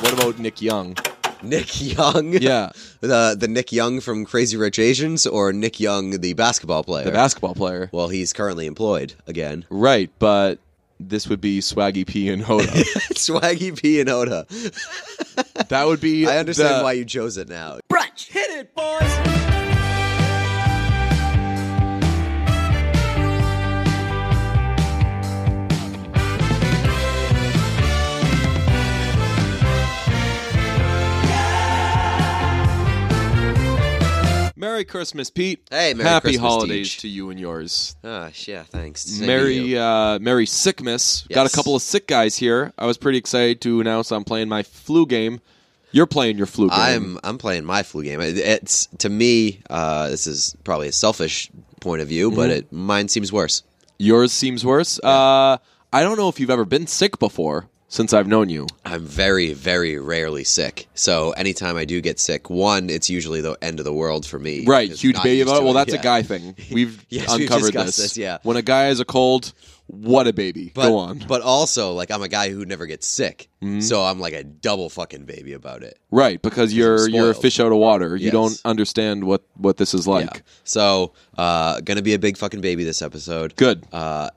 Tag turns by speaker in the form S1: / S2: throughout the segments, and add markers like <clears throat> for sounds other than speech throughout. S1: What about Nick Young?
S2: Nick Young.
S1: <laughs> Yeah,
S2: <laughs> The the Nick Young from Crazy Rich Asians or Nick Young the basketball player?
S1: the basketball player.
S2: well, he's currently employed again. <laughs>
S1: Right, but this would be Swaggy P and
S2: <laughs>
S1: Hoda.
S2: Swaggy P and Oda.
S1: that would be.
S2: I understand
S1: the-
S2: why you chose it now.
S3: Brunch. Hit it, boys.
S1: Merry Christmas, Pete.
S2: Hey, Merry
S1: Happy
S2: Christmas to
S1: holidays
S2: each.
S1: to you and yours.
S2: Ah, yeah, thanks. Same to
S1: Merry,
S2: you.
S1: uh, Merry Sickmas. Got a
S2: Yes.
S1: couple of sick guys here. I was pretty excited to announce I'm playing my flu game. You're playing your flu game.
S2: I'm I'm playing my flu game. It- It's to me, uh, this is probably a selfish point of view,
S1: Mm-hmm.
S2: but it, mine seems worse.
S1: Yours seems worse. Uh, I don't know if you've ever been sick before since I've known you.
S2: I'm very, very rarely sick. So anytime I do get sick, one, it's usually the end of the world for me.
S1: Right,
S2: Just
S1: huge
S2: not
S1: baby
S2: used
S1: bump.
S2: to
S1: Well,
S2: it.
S1: that's
S2: Yeah.
S1: a
S2: <laughs>
S1: guy thing. We've
S2: Yes, we've
S1: uncovered
S2: discussed
S1: this.
S2: this, yeah.
S1: When a guy has a cold, what a baby.
S2: But,
S1: Go on. Hmm.
S2: But also, like, I'm a guy who never gets sick, so I'm like a double fucking baby about it.
S1: right, because you're
S2: I'm
S1: you're a
S2: spoiled.
S1: fish out of water. You
S2: Yes.
S1: don't understand what what this is like.
S2: Yeah. So, uh, gonna be a big fucking baby this episode.
S1: Good.
S2: Uh,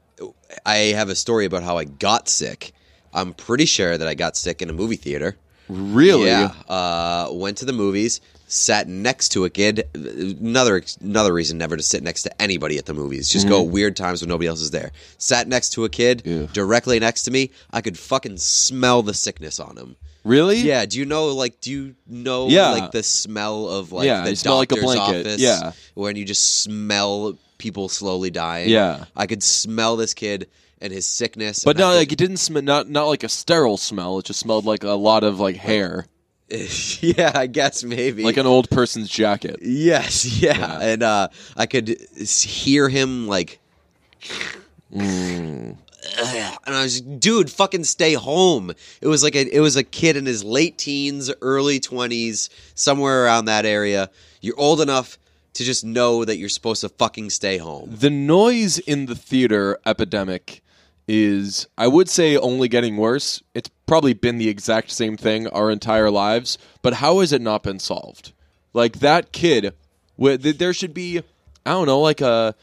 S2: I have a story about how I got sick. I'm pretty sure that I got sick in a movie theater.
S1: Really?
S2: Yeah. Uh, went to the movies, sat next to a kid. Another another reason never to sit next to anybody at the movies. Just go
S1: Hmm.
S2: at weird times when nobody else is there. Sat next to a kid
S1: Ew.
S2: directly next to me. I could fucking smell the sickness on him.
S1: Really?
S2: Yeah. Do you know like do you know
S1: Yeah.
S2: like the smell of like
S1: Yeah,
S2: the
S1: you smell like a
S2: doctor's
S1: blanket.
S2: office?
S1: Yeah.
S2: When you just smell people slowly dying.
S1: Yeah.
S2: I could smell this kid and his sickness.
S1: But
S2: and I
S1: not
S2: could-
S1: like it didn't smell not not like a sterile smell. It just smelled like a lot of like hair,
S2: <laughs> yeah, I guess maybe
S1: like an old person's jacket.
S2: Yes, <laughs> yeah.
S1: Yeah.
S2: And uh, I could s- hear him like.
S1: Mm.
S2: <sighs> And I was, just, dude, fucking stay home. It was like a, it was a kid in his late teens, early twenties, somewhere around that area. You're old enough to just know that you're supposed to fucking stay home.
S1: The noise in the theater epidemic is, I would say, only getting worse. It's probably been the exact same thing our entire lives, but how has it not been solved? Like that kid, wh- th- there should be, I don't know, like a.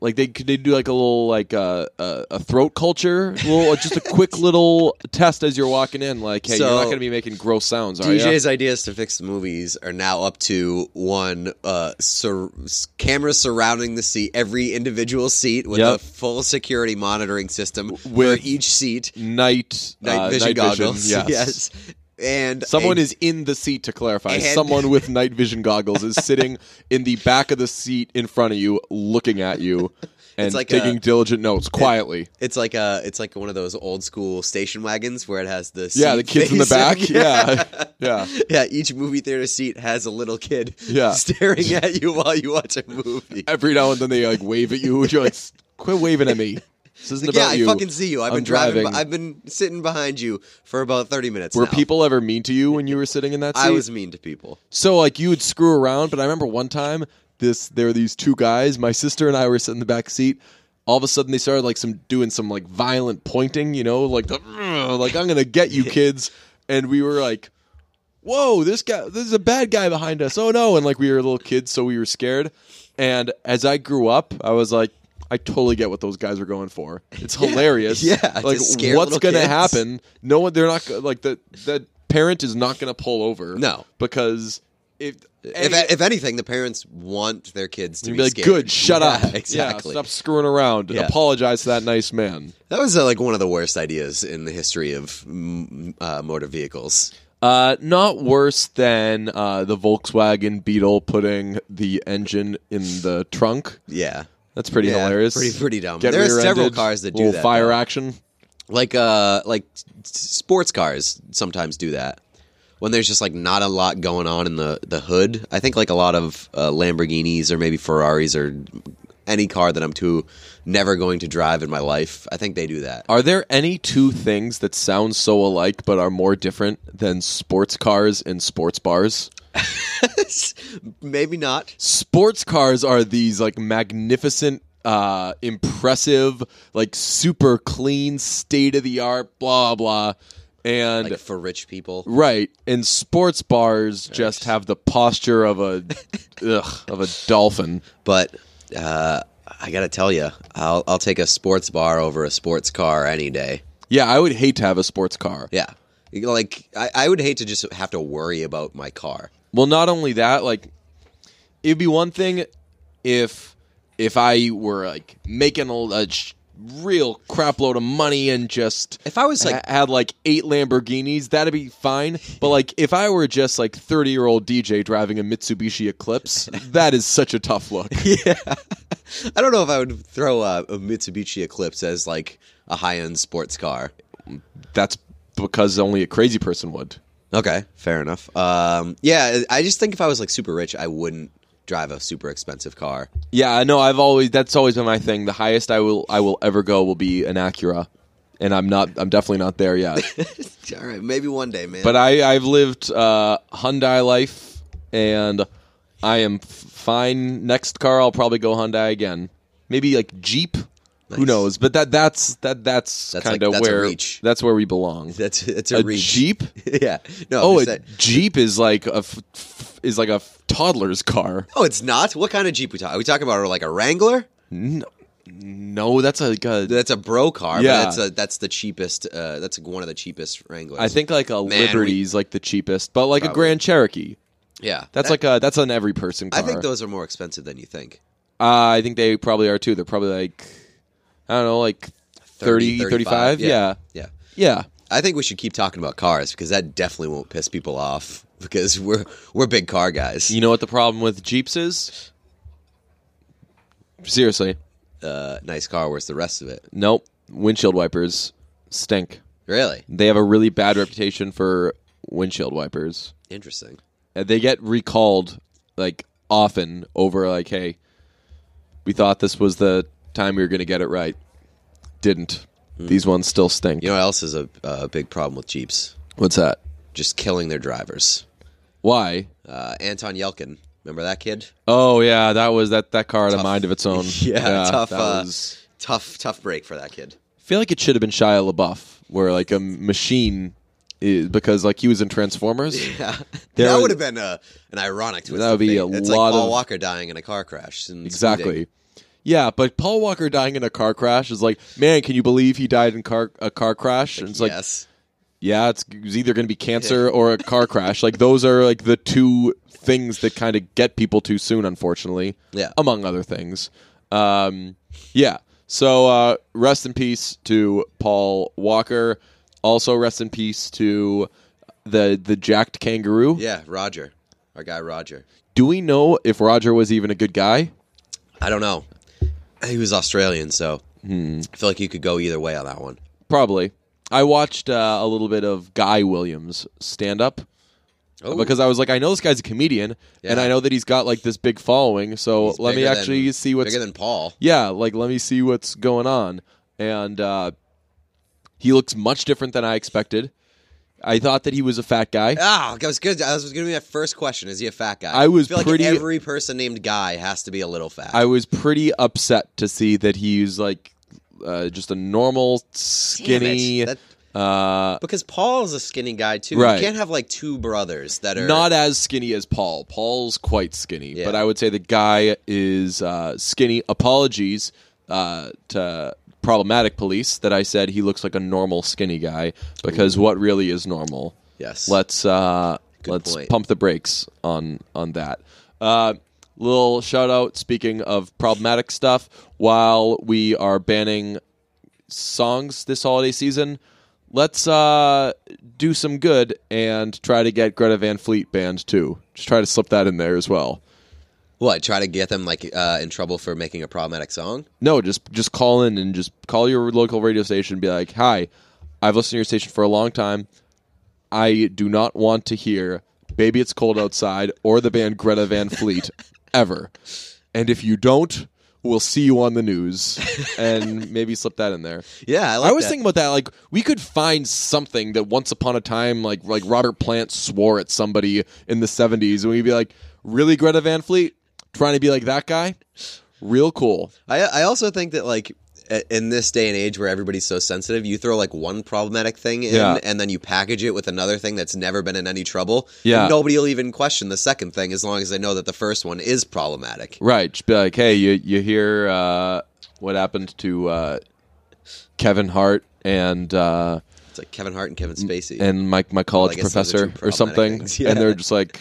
S1: Like they could they do like a little like uh, a a throat culture, little just a
S2: <laughs>
S1: quick little test as you're walking in. Like, hey, you're
S2: So-
S1: not going to be making gross sounds, are you?
S2: DJ's ideas to fix the movies are now up to one uh, sur- s- camera surrounding the seat, every individual seat with
S1: Yep.
S2: a full security monitoring system
S1: With-
S2: for each seat,
S1: night
S2: night
S1: uh,
S2: vision
S1: night
S2: goggles. <laughs>
S1: Vision, yes.
S2: yes. and
S1: Someone
S2: a-
S1: is in the seat to clarify.
S2: And-
S1: Someone
S2: <laughs>
S1: with night vision goggles is sitting in the back of the seat in front of you, looking at you, and
S2: <laughs> It's like
S1: taking
S2: a-
S1: diligent notes quietly.
S2: It's like a it's like one of those old school station wagons where it has the
S1: yeah, the
S2: seat
S1: kids in the
S2: facing- <laughs>
S1: back. Yeah, yeah.
S2: Yeah, each movie theater seat has a little kid
S1: Yeah.
S2: <laughs> staring at you while you watch a
S1: <laughs>
S2: movie.
S1: Every now and then they like wave at you. <laughs> and You're like, "S- quit waving at me. This isn't
S2: yeah,
S1: about you.
S2: I fucking see you. I've
S1: I'm
S2: been driving.
S1: driving.
S2: I've been sitting behind you for about thirty minutes.
S1: Were
S2: now.
S1: people ever mean to you when you were sitting in that seat?
S2: I was mean to people.
S1: So like you would screw around, but I remember one time this there were these two guys, my sister and I were sitting in the back seat. All of a sudden they started like some doing some like violent pointing, you know, like the, like I'm gonna get
S2: <laughs>
S1: you kids. And we were like, Whoa, this guy this is a bad guy behind us. Oh no. And like we were little kids, so we were scared. And as I grew up, I was like, I totally get what those guys were going for. It's hilarious.
S2: <laughs> Yeah, to
S1: Like
S2: scare
S1: what's
S2: little
S1: gonna
S2: kids.
S1: happen? No one they're not go- like the that parent is not gonna pull over.
S2: No.
S1: Because if
S2: If, if anything, the parents want their kids to
S1: you'd
S2: be,
S1: be like,
S2: scared.
S1: good, shut <laughs>
S2: Yeah,
S1: up,
S2: <laughs> Exactly.
S1: yeah, stop screwing around,
S2: Yeah.
S1: apologize to that nice man.
S2: That was uh, like one of the worst ideas in the history of mm, uh, motor vehicles.
S1: Uh, not worse than uh, the Volkswagen Beetle putting the engine in the trunk.
S2: Yeah.
S1: That's pretty
S2: Yeah,
S1: hilarious.
S2: pretty- pretty dumb.
S1: Get
S2: There are several
S1: rear-ended,
S2: cars that do
S1: little
S2: that,
S1: Fire
S2: though.
S1: action.
S2: like uh like s- sports cars sometimes do that when there's just like not a lot going on in the the hood i think like a lot of uh, lamborghinis or maybe ferraris or any car that i'm too never going to drive in my life i think they do that <laughs>
S1: Are there any two things that sound so alike but are more different than sports cars and sports bars?
S2: maybe not
S1: sports cars are these like magnificent uh impressive like super clean state of the art blah blah and
S2: like for rich people.
S1: right, and sports bars just have the posture of
S2: <laughs>
S1: a ugh, of a dolphin.
S2: But uh, I gotta tell you, I'll I'll take a sports bar over a sports car any day.
S1: Yeah, I would hate to have a sports car.
S2: Yeah, like I, I would hate to just have to worry about my car.
S1: Well, not only that, like it'd be one thing if if I were like making a, a sh- real crapload of money and just
S2: If I was
S1: like
S2: like
S1: had like eight Lamborghinis, that'd be fine. But like if I were just like thirty year old DJ driving a Mitsubishi <laughs> Eclipse, that is such a tough look.
S2: I don't know if I would throw a, a Mitsubishi Eclipse as like a high end sports car.
S1: That's because only a crazy person would.
S2: Okay, fair enough. Um, yeah, I just think if I was like super rich, I wouldn't drive a super expensive car.
S1: Yeah, I know. I've always that's always been my thing. The highest I will I will ever go will be an Acura, and I'm not. I'm definitely not there yet.
S2: <laughs> All right, maybe one day, man.
S1: But I, I've lived uh, Hyundai life, and I am f- fine. Next car, I'll probably go Hyundai again. Maybe like Jeep. Who
S2: Nice.
S1: knows? But that that's that that's,
S2: That's like-
S1: kind of
S2: that's a
S1: where
S2: reach.
S1: that's where we belong.
S2: that's it's a,
S1: A
S2: reach.
S1: Jeep?
S2: <laughs> yeah. No.
S1: Oh,
S2: it's
S1: a Jeep is like a f- f- is like a f- toddler's car.
S2: no, it's not. What kind of Jeep we talk? Are we talking about like a Wrangler?
S1: No, that's like a.
S2: That's a bro car.
S1: Yeah.
S2: But that's a, that's the cheapest. Uh, that's one of the cheapest Wranglers.
S1: I think like a
S2: Man, we-
S1: Liberty's like the cheapest, but like a
S2: Probably.
S1: Grand Cherokee.
S2: Yeah.
S1: That's like a that's an every person car.
S2: I think those are more expensive than you think.
S1: Uh, I think they probably are too. They're probably like, I don't know, like 30, 35. Yeah.
S2: Yeah.
S1: Yeah.
S2: I think we should keep talking about cars because that definitely won't piss people off <laughs> because we're we're big car guys.
S1: You know what the problem with Jeeps is? Seriously.
S2: Uh, nice car. Where's the rest of it?
S1: Nope. Windshield wipers stink.
S2: Really
S1: They have a really bad reputation for windshield wipers.
S2: interesting.
S1: And They get recalled like often over like, hey, we thought this was the time we were going to get it right. Didn't. These ones still stink.
S2: You know what else is a, a big problem with Jeeps?
S1: What's that?
S2: Just killing their drivers.
S1: Why?
S2: Uh, Anton Yelkin, remember that kid?
S1: Oh yeah, that was that that car had a mind of its own.
S2: <laughs> Yeah, tough,
S1: that
S2: uh,
S1: was-
S2: Tough, tough break for that kid. <laughs>
S1: I feel like it should have been Shia LaBeouf, where like a machine, is, because like he was in
S2: <laughs>
S1: Transformers.
S2: Yeah,
S1: There
S2: that
S1: was-
S2: would have been a, an ironic twist.
S1: That would
S2: of
S1: be
S2: fate.
S1: a
S2: it's
S1: lot
S2: like Paul
S1: of-
S2: Walker dying in a car crash. in
S1: Exactly.
S2: Speeding.
S1: Yeah, but Paul Walker dying in a car crash is like, man, can you believe he died in car a car crash? And it's like,
S2: yes.
S1: yeah, it's, it's either going to be cancer or a car crash. Like those are like the two things that kind of get people too soon, unfortunately.
S2: Yeah.
S1: among other things. Um, yeah. So uh, rest in peace to Paul Walker. Also rest in peace to the the jacked kangaroo.
S2: Yeah, Roger, our guy Roger.
S1: Do we know if Roger was even a good guy?
S2: I don't know. He was Australian, so
S1: Hmm.
S2: I feel like you could go either way on that one.
S1: Probably. I watched uh, a little bit of Guy Williams stand up
S2: Oh,
S1: because I was like, I know this guy's a comedian, and
S2: Yeah.
S1: I know that he's got like this big following. So
S2: he's
S1: let me
S2: bigger than-
S1: actually see what's
S2: bigger than Paul.
S1: yeah, like let me see what's going on. And uh, he looks much different than I expected. I thought that he was a fat guy.
S2: Ah, that was good. That was going to be my first question. Is he a fat guy?
S1: I was
S2: feel
S1: pretty-
S2: like every person named Guy has to be a little fat.
S1: I was pretty upset to see that he's like uh, just a normal skinny,
S2: That-
S1: uh,
S2: because Paul is a skinny guy too.
S1: Right.
S2: You can't have like two brothers that are
S1: not as skinny as Paul. Paul's quite skinny,
S2: Yeah.
S1: but I would say the guy is uh, skinny. Apologies uh, to problematic police that I said he looks like a normal skinny guy because what really is normal?
S2: Yes.
S1: let's uh, let's
S2: point.
S1: pump the brakes on on that. Uh, little shout out. Speaking of problematic stuff, while we are banning songs this holiday season, let's uh, do some good and try to get Greta Van Fleet banned too. Just try to slip that in there as well.
S2: What? Try to get them like uh, in trouble for making a problematic song?
S1: No, just just call in and just call your local radio station and be like, "Hi, I've listened to your station for a long time. I do not want to hear Baby It's Cold Outside or the band Greta Van
S2: <laughs>
S1: Fleet ever. And if you don't, we'll see you on the
S2: <laughs>
S1: news." And maybe slip that in there.
S2: Yeah, I,
S1: I
S2: like
S1: was
S2: that.
S1: thinking about that. Like, we could find something that once upon a time, like like Robert Plant swore at somebody in the '70s, and we'd be like, "Really, Greta Van Fleet? Trying to be like that guy? Real cool."
S2: I I also think that like i- in this day and age where everybody's so sensitive, you throw like one problematic thing in,
S1: Yeah.
S2: and then you package it with another thing that's never been in any trouble.
S1: Yeah.
S2: nobody will even question the second thing as long as they know that the first one is problematic.
S1: Right. Just be like, hey, you you hear uh, what happened to uh, Kevin Hart and uh,
S2: It's like Kevin Hart and Kevin Spacey.
S1: Mm, and my my college
S2: guess those
S1: professor
S2: are two
S1: or
S2: problematic
S1: something,
S2: things. Yeah.
S1: and they're just like,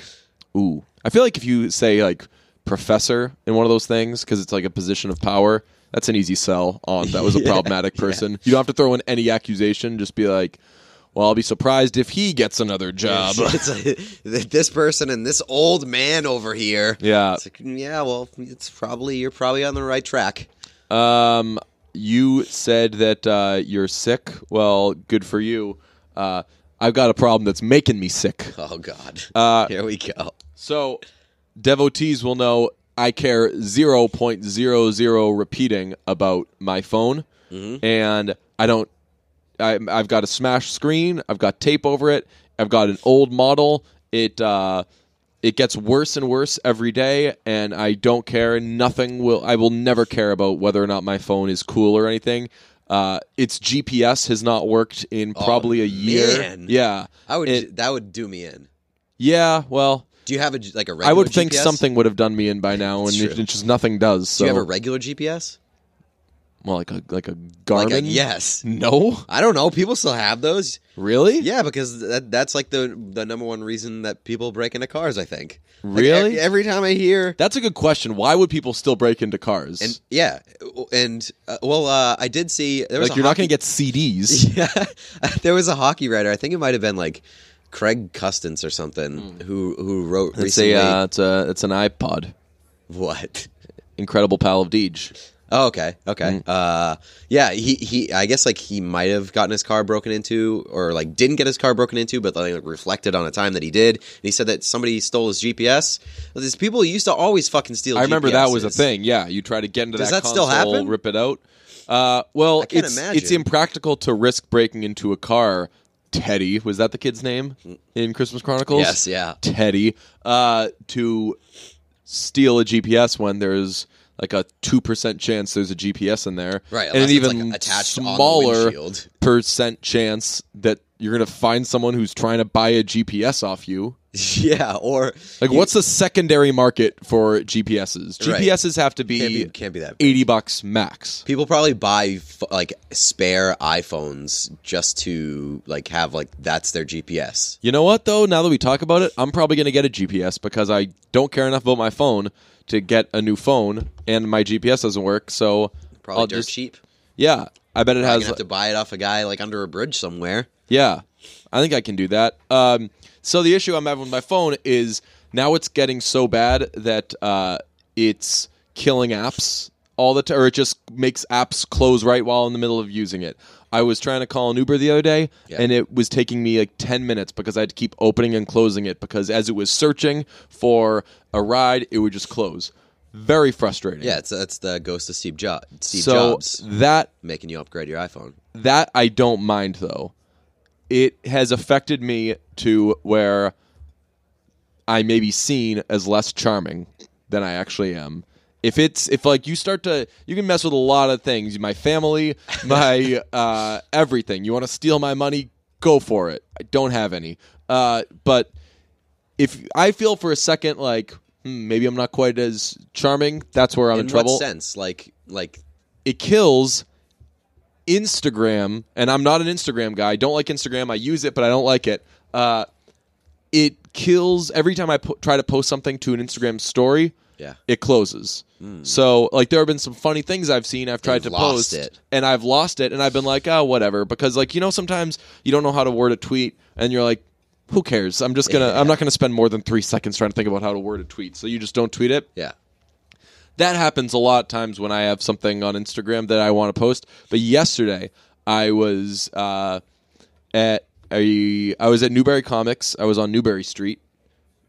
S1: ooh. I feel like if you say like professor in one of those things because it's like a position of power, that's an easy sell on that
S2: <laughs>
S1: was a problematic person. You don't have to throw in any accusation. Just be like, well, I'll be surprised if he gets another job.
S2: <laughs> it's <laughs> like, this person and this old man over here.
S1: <laughs> yeah.
S2: It's like, "Mm, yeah, well, it's probably you're probably on the right track.
S1: Um, you said that uh, you're sick. Well, good for you. Uh, I've got a problem that's making me sick.
S2: Oh God,
S1: Uh,
S2: here we go.
S1: So, devotees will know I care 0.00 repeating about my phone. And I don't, I, I've got a smashed screen. I've got tape over it. I've got an old model. It, uh, it gets worse and worse every day, and I don't care. Nothing will, I will never care about whether or not my phone is cool or anything. Uh, its GPS has not worked in probably a year.
S2: man.
S1: Yeah.
S2: I would
S1: It-
S2: that would do me in.
S1: yeah. Well,
S2: Do you have a g- like a regular?
S1: I would think
S2: GPS?
S1: something would have done me in by now, and
S2: It's
S1: it,
S2: true.
S1: it just nothing does.
S2: Do
S1: So,
S2: you have a regular GPS?
S1: well, like a like a
S2: Like
S1: Garmin.
S2: a, yes.
S1: No.
S2: I don't know. People still have those.
S1: Really?
S2: Yeah, because that, that's like the the number one reason that people break into cars. I think. Like,
S1: Really?
S2: ev- every time I hear.
S1: That's a good question. Why would people still break into cars?
S2: And yeah, and uh, well, uh, I did see there was
S1: like
S2: a
S1: you're not
S2: hockey-
S1: going
S2: <laughs>
S1: to get CDs.
S2: Yeah, <laughs> there was a hockey writer. I think it might have been like Craig Custance or something who who wrote
S1: It's
S2: recently.
S1: a Hmm. uh, it's a it's an iPod.
S2: <laughs> what?
S1: Incredible pal of Deej.
S2: Oh, okay, okay.
S1: Mm.
S2: Uh, yeah, he he. I guess like he might have gotten his car broken into, or like didn't get his car broken into, but like reflected on a time that he did. And he said that somebody stole his GPS. Well, These people used to always fucking steal.
S1: I remember that was a
S2: GPSs.
S1: thing. Yeah, you try to get into
S2: Does
S1: that,
S2: that still
S1: console,
S2: happen?
S1: rip it out. Uh, well,
S2: can't
S1: it's
S2: imagine.
S1: it's impractical to risk breaking into a car. Teddy was that the kid's name in Christmas Chronicles?
S2: Mm. Yes, yeah.
S1: Teddy uh, to steal a GPS when there's like a two percent chance there's a GPS in there,
S2: Right,
S1: And an
S2: unless it's,
S1: even
S2: like, attached on the
S1: smaller
S2: windshield. <laughs>
S1: percent chance that you're gonna find someone who's trying to buy a GPS off you.
S2: yeah, or
S1: Like,
S2: you-
S1: what's the secondary market for GPSs?
S2: Right.
S1: GPSs have to
S2: can't
S1: be,
S2: be, can't be that. big.
S1: eighty bucks max.
S2: People probably buy f- like spare iPhones just to like have like that's their GPS.
S1: You know what though? Now that we talk about it, I'm probably gonna get a GPS because I don't care enough about my phone to get a new phone, and my GPS doesn't work. So
S2: Probably
S1: I'll
S2: dirt
S1: just
S2: cheap.
S1: yeah. I bet it
S2: I'm
S1: has
S2: gonna have to buy it off a guy like under a bridge somewhere.
S1: Yeah, I think I can do that. Um, so the issue I'm having with my phone is now it's getting so bad that uh, it's killing apps all the time, or it just makes apps close right while in the middle of using it. I was trying to call an Uber the other day,
S2: Yeah.
S1: and it was taking me like ten minutes because I had to keep opening and closing it because as it was searching for a ride, it would just close. Very frustrating.
S2: Yeah, it's that's the ghost of Steve, jo- Steve
S1: So
S2: Jobs
S1: that
S2: making you upgrade your iPhone.
S1: that I don't mind though. It has affected me to where I may be seen as less charming than I actually am. If it's if like you start to you can mess with a lot of things, my
S2: <laughs>
S1: family, my uh everything. You want to steal my money, go for it. I don't have any. Uh but if I feel for a second like hmm, maybe I'm not quite as charming, that's where I'm in,
S2: In
S1: trouble
S2: what sense? Like like
S1: it kills Instagram, and I'm not an Instagram guy. I don't like Instagram. I use it, but I don't like it. Uh, it kills every time I po- try to post something to an Instagram story.
S2: yeah. Hmm.
S1: It closes. So, like, there have been some funny things I've seen. I've tried
S2: You've
S1: to
S2: lost
S1: post,
S2: it.
S1: and I've lost it, and I've been like, oh, whatever, because like you know, sometimes you don't know how to word a tweet, and you're like, who cares? I'm just gonna. I'm not gonna spend more than three seconds trying to think about how to word a tweet. So you just don't tweet it
S2: Yeah.
S1: that happens a lot of times when I have something on Instagram that I want to post. But yesterday, I was uh, at a I was at Newberry Comics. I was on Newberry Street.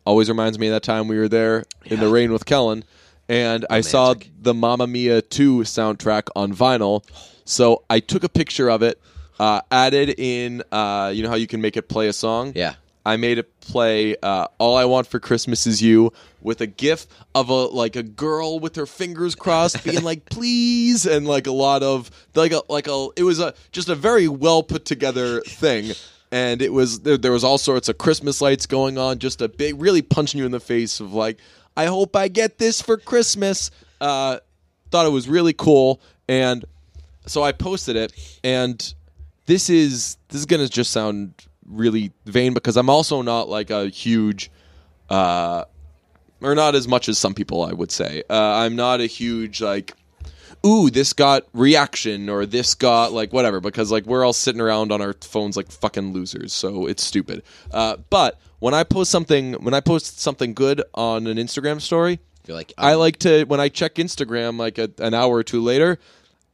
S1: Always reminds me of that time we were there in the rain with Kellen, and I saw the Mamma Mia 2 soundtrack on vinyl. So I took a picture of it, uh, added in. Uh, you know how you can make it play a song.
S2: Yeah.
S1: I made it play uh, "All I Want for Christmas Is You" with a gif of a like a girl with her fingers crossed, being like "please," and like a lot of like a like a. It was a just a very well put together thing, and it was there, there was all sorts of Christmas lights going on, just a big, really punching you in the face of like, I hope I get this for Christmas. Uh, thought it was really cool, and so I posted it, and this is this is gonna just sound really vain because I'm also not like a huge, uh, or not as much as some people I would say. Uh, I'm not a huge like, ooh, this got reaction or this got like whatever because like we're all sitting around on our phones like fucking losers, so it's stupid. Uh, but when I post something, when I post something good on an Instagram story,
S2: You're like,
S1: I like to when I check Instagram like a, an hour or two later.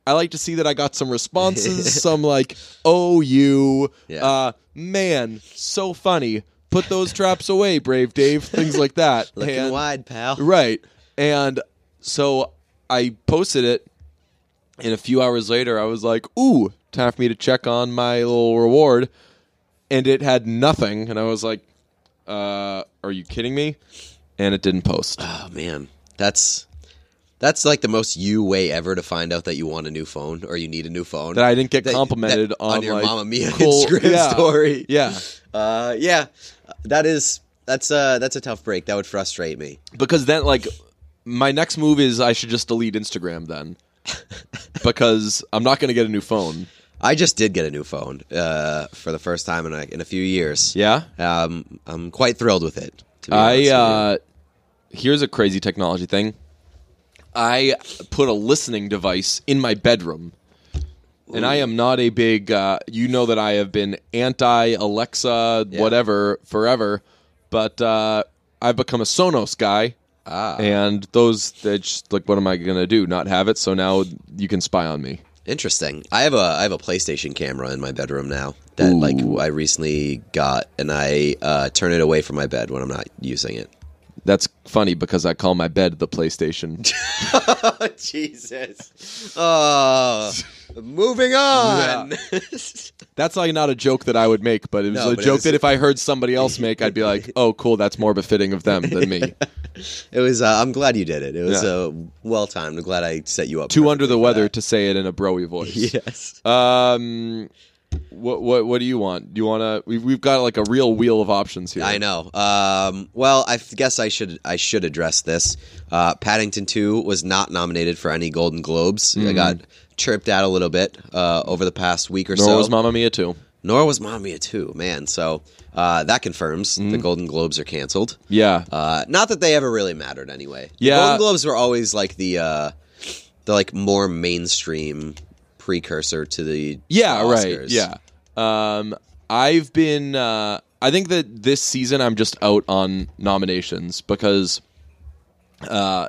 S1: I like to see that I got some responses, some like "Oh you,
S2: Yeah.
S1: uh, man, so funny." Put those traps away, brave Dave. Things like that.
S2: looking
S1: And-
S2: wide, pal.
S1: Right. And so I posted it, and a few hours later, I was like, ooh, time for me to check on my little reward. And it had nothing. And I was like, uh, are you kidding me? And it didn't post.
S2: Oh man, that's that's like the most you way ever to find out that you want a new phone or you need a new phone.
S1: That I didn't get
S2: That-
S1: complimented
S2: that-
S1: on,
S2: your
S1: like,
S2: Mamma Mia
S1: cool- <laughs>
S2: Instagram
S1: yeah.
S2: story.
S1: Yeah.
S2: Uh, yeah, that is that's uh that's a tough break. That would frustrate me.
S1: <laughs> Because then, like, my next move is I should just delete Instagram <laughs> then. because I'm not going to get a new phone.
S2: I just did get a new phone uh, for the first time in a, in a few years.
S1: Yeah.
S2: um, I'm quite thrilled with it. To be
S1: I
S2: honest
S1: uh, here's a crazy technology thing. I put a listening device in my bedroom, and I am not a big. Uh, you know that I have been anti Alexa, whatever, forever, but uh, I've become a Sonos guy.
S2: Ah.
S1: And those, they're just like, what am I gonna do? Not have it? So now you can spy on me.
S2: with you. interesting. I have a I have a PlayStation camera in my bedroom now that like I recently got, and I uh, turn it away from my bed when I'm not using it. <laughs>
S1: That's funny because I call my bed the PlayStation.
S2: Oh, Jesus. Oh, moving on.
S1: That's like not a joke that I would make, but it was
S2: No,
S1: a
S2: but it
S1: joke
S2: was-
S1: that if I heard
S2: <laughs>
S1: somebody else make, I'd be like, "Oh, cool, that's more befitting of them than me."
S2: <laughs> it was, uh, I'm glad you did it. It was
S1: Yeah.
S2: uh, well timed. I'm glad I set you up.
S1: Too
S2: for
S1: under
S2: it.
S1: the weather to say it in a broy voice.
S2: <laughs> Yes.
S1: Um, what what what do you want? Do you want to? We've we've got like a real wheel of options here.
S2: I know. Um, well, I f- guess I should I should address this. Uh, Paddington Two was not nominated for any Golden Globes.
S1: Mm-hmm.
S2: I got tripped out a little bit uh, over the past week or
S1: Nor
S2: so.
S1: was Mamma Mia too.
S2: Nor was Mamma Mia Two, man. So uh, that confirms the
S1: Mm-hmm.
S2: Golden Globes are canceled.
S1: Yeah,
S2: Uh, not that they ever really mattered anyway.
S1: Yeah.
S2: Golden Globes were always like the uh, the like more mainstream precursor to the
S1: yeah, right.
S2: Oscars.
S1: Yeah. Um, I've been. Uh, I think that this season I'm just out on nominations because, uh,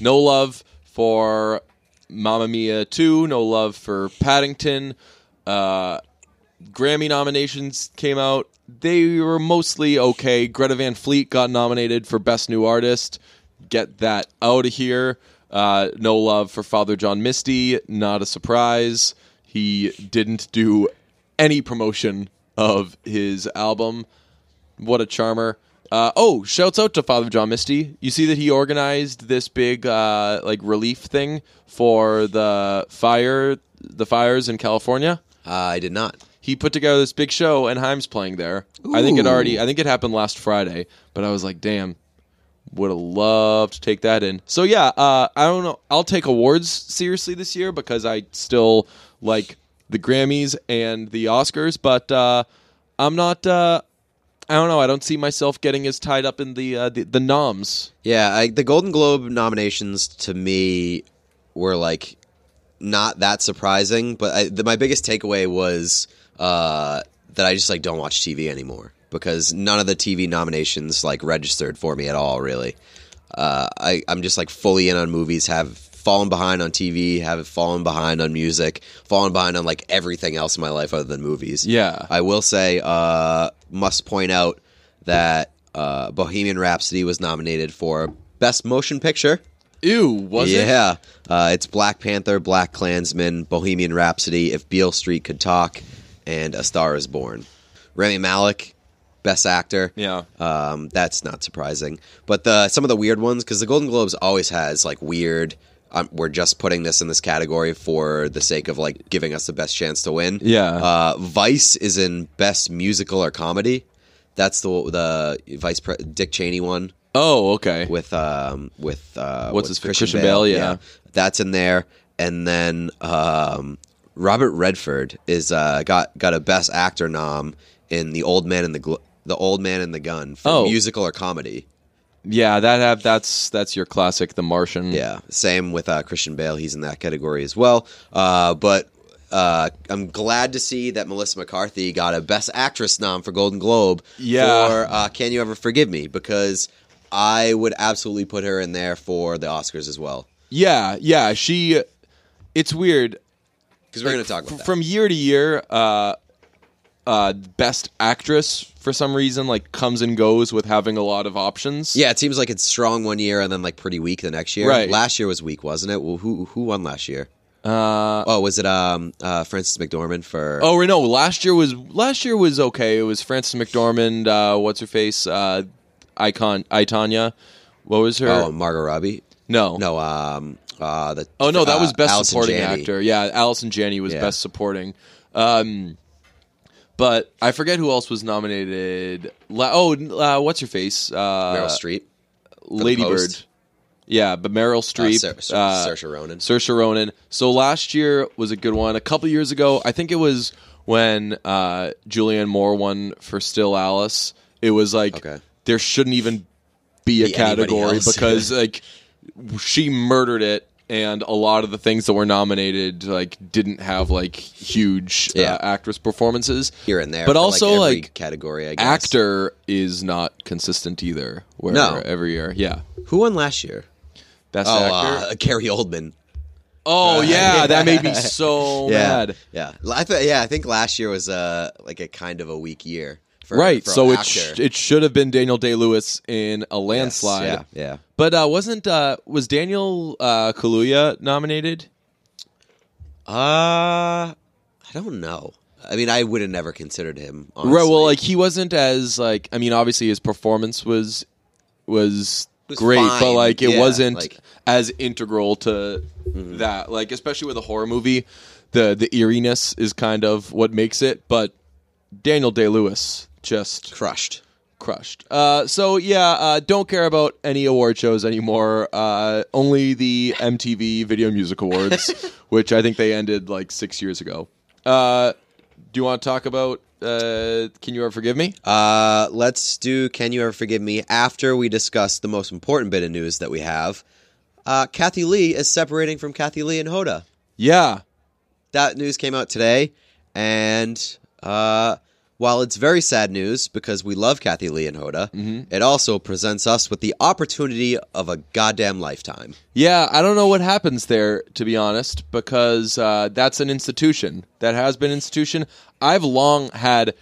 S1: no love for Mamma Mia two, no love for Paddington. Uh, Grammy nominations came out. They were mostly okay. Greta Van Fleet got nominated for Best New Artist. Get that out of here. Uh, no love for Father John Misty. Not a surprise. He didn't do any promotion of his album. What a charmer. Uh, oh, shouts out to Father John Misty. You see that he organized this big uh, like relief thing for the fire, the fires in California
S2: Uh, I did not.
S1: he put together this big show and Heim's playing there. I think it
S2: Ooh.
S1: already I think it happened last Friday, but I was like, damn, would have loved to take that in. So yeah, uh, I don't know. I'll take awards seriously this year because I still like the Grammys and the Oscars, but uh, I'm not uh, I don't know. I don't see myself getting as tied up in the uh, the, the noms.
S2: Yeah, I, the Golden Globe nominations to me were like not that surprising, but I, the, my biggest takeaway was uh, that I just like don't watch TV anymore because none of the TV nominations like registered for me at all. Really, uh, I, I'm just like fully in on movies. Have fallen behind on TV. Have fallen behind on music. Fallen behind on like everything else in my life other than movies.
S1: Yeah.
S2: I will say, uh, must point out that uh, Bohemian Rhapsody was nominated for Best Motion Picture.
S1: Ew, was it?
S2: yeah, Uh, it's Black Panther, Black Klansman, Bohemian Rhapsody, If Beale Street Could Talk, and A Star Is Born. Remy Malik Best Actor.
S1: Yeah.
S2: Um, that's not surprising. But the some of the weird ones because the Golden Globes always has like weird. Um, we're just putting this in this category for the sake of like giving us the best chance to win.
S1: Yeah.
S2: Uh, Vice is in best musical or comedy. That's the the Vice Pre- Dick Cheney one
S1: Oh, okay.
S2: with um with uh
S1: What's
S2: with
S1: his- Christian Bale, yeah.
S2: that's in there and then um Robert Redford is uh got got a best actor nom in The Old Man and the Gl- The Old Man and the Gun for
S1: Oh.
S2: musical or comedy
S1: Yeah, that have that's that's your classic The Martian.
S2: yeah same with uh Christian Bale he's in that category as well uh but uh, I'm glad to see that Melissa McCarthy got a Best Actress nom for Golden Globe
S1: Yeah.
S2: for uh, Can You Ever Forgive Me? Because I would absolutely put her in there for the Oscars as well.
S1: Yeah, yeah, she it's weird.
S2: because we're going to talk about that.
S1: From year to year, uh uh best actress for some reason like comes and goes with having a lot of options.
S2: yeah, it seems like it's strong one year and then like pretty weak the next year.
S1: Right.
S2: Last year was weak, wasn't it? Well, who who won last year?
S1: Uh
S2: Oh, was it um uh Francis McDormand for?
S1: Oh no! Last year was last year was okay. It was Frances McDormand. Uh, what's her face? Uh, Icon Itanya. What was her?
S2: Oh, Margot Robbie.
S1: no,
S2: No, um, uh, the
S1: Oh no, that was
S2: uh,
S1: best
S2: Allison
S1: supporting
S2: Janney.
S1: actor. Yeah, Allison Janney was
S2: Yeah.
S1: best supporting. Um, but I forget who else was nominated. La- oh, uh, what's her face? Uh,
S2: Meryl Streep,
S1: Lady Bird.
S2: Post.
S1: Yeah, but Meryl
S2: uh,
S1: Streep,
S2: Sir, Sir,
S1: uh,
S2: Saoirse Ronan.
S1: Saoirse Ronan. So last year was a good one. A couple years ago, I think it was when uh, Julianne Moore won for Still Alice. It was like
S2: Okay.
S1: there shouldn't even be a
S2: Be anybody
S1: category
S2: else. <laughs>
S1: because like she murdered it, and a lot of the things that were nominated like didn't have like huge
S2: Yeah.
S1: uh, actress performances
S2: Here and there,
S1: But
S2: for,
S1: also,
S2: every
S1: like,
S2: category. I guess.
S1: Actor is not consistent either. Where
S2: No.
S1: every year, yeah,
S2: Who won last year?
S1: best
S2: Oh,
S1: actor.
S2: uh, <laughs> Gary Oldman. <laughs>
S1: Oh yeah, that made me so
S2: Yeah,
S1: mad.
S2: yeah. I th- yeah, I think last year was uh like a kind of a weak year. For,
S1: Right,
S2: for
S1: so it
S2: actor.
S1: sh- it should have been Daniel Day Lewis in a
S2: Yes,
S1: landslide.
S2: Yeah, yeah.
S1: But uh, wasn't uh, was Daniel uh, Kaluuya nominated?
S2: Uh, I don't know. I mean, I would have never considered him. Honestly.
S1: Right. Well, like he wasn't as like I mean, obviously his performance was was,
S2: Was
S1: great, but
S2: fine,
S1: like it
S2: yeah,
S1: wasn't
S2: like- Mm-hmm.
S1: as integral to that. Like especially with a horror movie, the the eeriness is kind of what makes it. But Daniel Day Lewis just
S2: crushed.
S1: crushed. Uh, so yeah, uh, don't care about any award shows anymore. Uh, only the MTV Video Music Awards, which I think they ended like six years ago. Uh, do you want to talk about? Uh, can you ever forgive me?
S2: Uh, let's do. Can you ever forgive me? After we discuss the most important bit of news that we have, uh, Kathy Lee is separating from Kathy Lee and Hoda.
S1: Yeah,
S2: That news came out today, and uh, while it's very sad news because we love Kathy Lee and Hoda,
S1: Mm-hmm.
S2: it also presents us with the opportunity of a goddamn lifetime.
S1: yeah. I don't know what happens there, to be honest, because uh, that's an institution that has been institution. I've long had.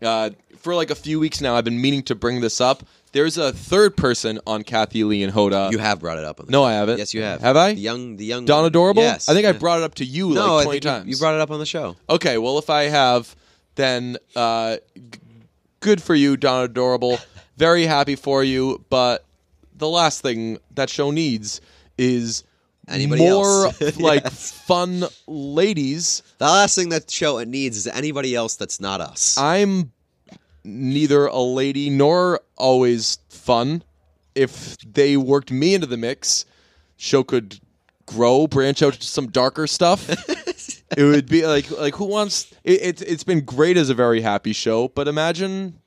S1: uh, for like a few weeks now, I've been meaning to bring this up. There's a third person on Kathy Lee and Hoda.
S2: You have brought it up. On the
S1: No, I haven't.
S2: Yes, you have.
S1: Have I?
S2: The young, the young
S1: Don
S2: one.
S1: Adorable?
S2: Yes,
S1: I think I
S2: Yeah.
S1: brought it up to you
S2: no,
S1: like 20
S2: I think you-
S1: times.
S2: You, brought it up on the show.
S1: okay, well, if I have, then uh, g- good for you, Don Adorable.
S2: <laughs>
S1: Very happy for you. But the last thing that show needs is
S2: Anybody
S1: more
S2: else. <laughs>
S1: like fun ladies.
S2: The last thing that show needs is anybody else that's not us.
S1: I'm neither a lady nor always fun. If they worked me into the mix, show could grow, branch out to some darker
S2: <laughs>
S1: stuff. it would be like like who wants it, it it's been great as a very happy show, but imagine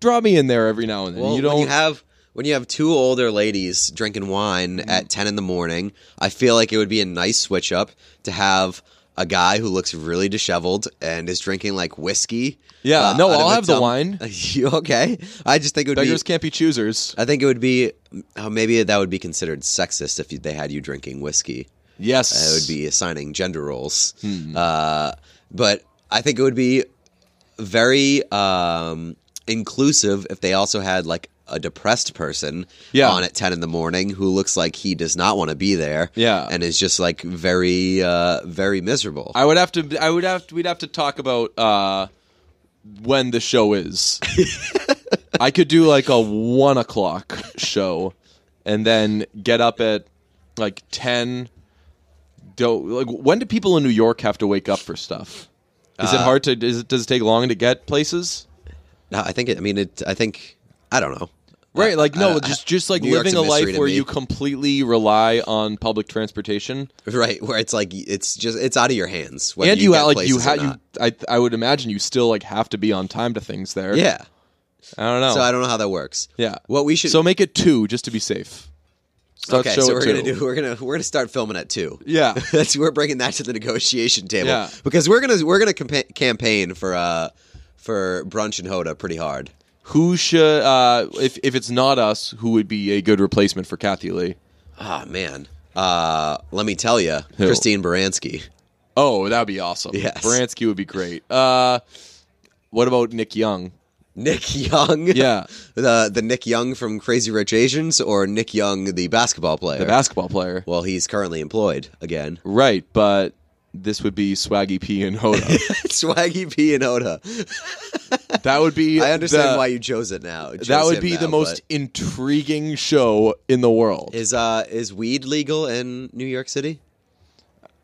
S1: draw me in there every now and then.
S2: Well,
S1: you don't
S2: when you have when you have two older ladies drinking wine at ten in the morning, I feel like it would be a nice switch up to have a guy who looks really disheveled and is drinking like whiskey. uh,
S1: Yeah, no,
S2: out of
S1: I'll
S2: a
S1: have the
S2: tum-
S1: wine.
S2: <laughs> You okay? I just think it would
S1: beggars
S2: be.
S1: can't be choosers.
S2: I think it would be oh, maybe that would be considered sexist if you, they had you drinking whiskey.
S1: Yes.
S2: I would be assigning gender roles.
S1: Hmm.
S2: Uh, but I think it would be very um, inclusive if they also had like a depressed person
S1: Yeah.
S2: on at 10 in the morning who looks like he does not want to be there
S1: Yeah.
S2: and is just like very uh, very miserable
S1: I would have to. I would have. To, we'd have to talk about uh, when the show <laughs> is. I could do like a one o'clock show, and then get up at like ten. Do like when do people in New York have to wake up for stuff? Is it
S2: Uh,
S1: hard to? Is it, does it take long to get places?
S2: No, I think. It, I mean, it. I think. I don't know.
S1: Right, like
S2: I-
S1: no,
S2: I-
S1: just just like
S2: New York's
S1: living Uh, a
S2: a mystery
S1: life
S2: to
S1: where
S2: me.
S1: you completely rely on public transportation,
S2: <laughs> Right, where it's like it's just it's out of your hands. whether
S1: and you,
S2: get
S1: ha- like you
S2: places or
S1: had you.
S2: not.
S1: I I would imagine you still like have to be on time to things there.
S2: Yeah.
S1: I don't know.
S2: So I don't know how that works.
S1: yeah,
S2: What we should
S1: so make it two just to be safe. Start
S2: okay,
S1: show
S2: so
S1: at
S2: we're gonna
S1: two.
S2: do we're gonna we're gonna start filming at two. <laughs>
S1: Yeah,
S2: That's we're bringing that to the negotiation table
S1: Yeah.
S2: because we're gonna we're gonna campa- campaign for uh for brunch and Hoda pretty hard.
S1: who should? uh If if it's not us, who would be a good replacement for Kathy Lee?
S2: Ah man, uh, let me tell you, Christine Baranski.
S1: Oh, that'd be awesome.
S2: Yes.
S1: Baranski would be great. Uh, what about Nick Young?
S2: Nick Young,
S1: Yeah.
S2: <laughs> the the Nick Young from Crazy Rich Asians, or Nick Young, the basketball player.
S1: The basketball player.
S2: well, he's currently employed again. <laughs>
S1: Right, but this would be Swaggy P and
S2: <laughs>
S1: Hoda.
S2: Swaggy P and Hoda.
S1: That would be.
S2: I understand
S1: the-
S2: why you chose it now. Chose
S1: That would
S2: him
S1: be
S2: now,
S1: the most
S2: but-
S1: intriguing show in the world.
S2: Is uh is weed legal in New York City?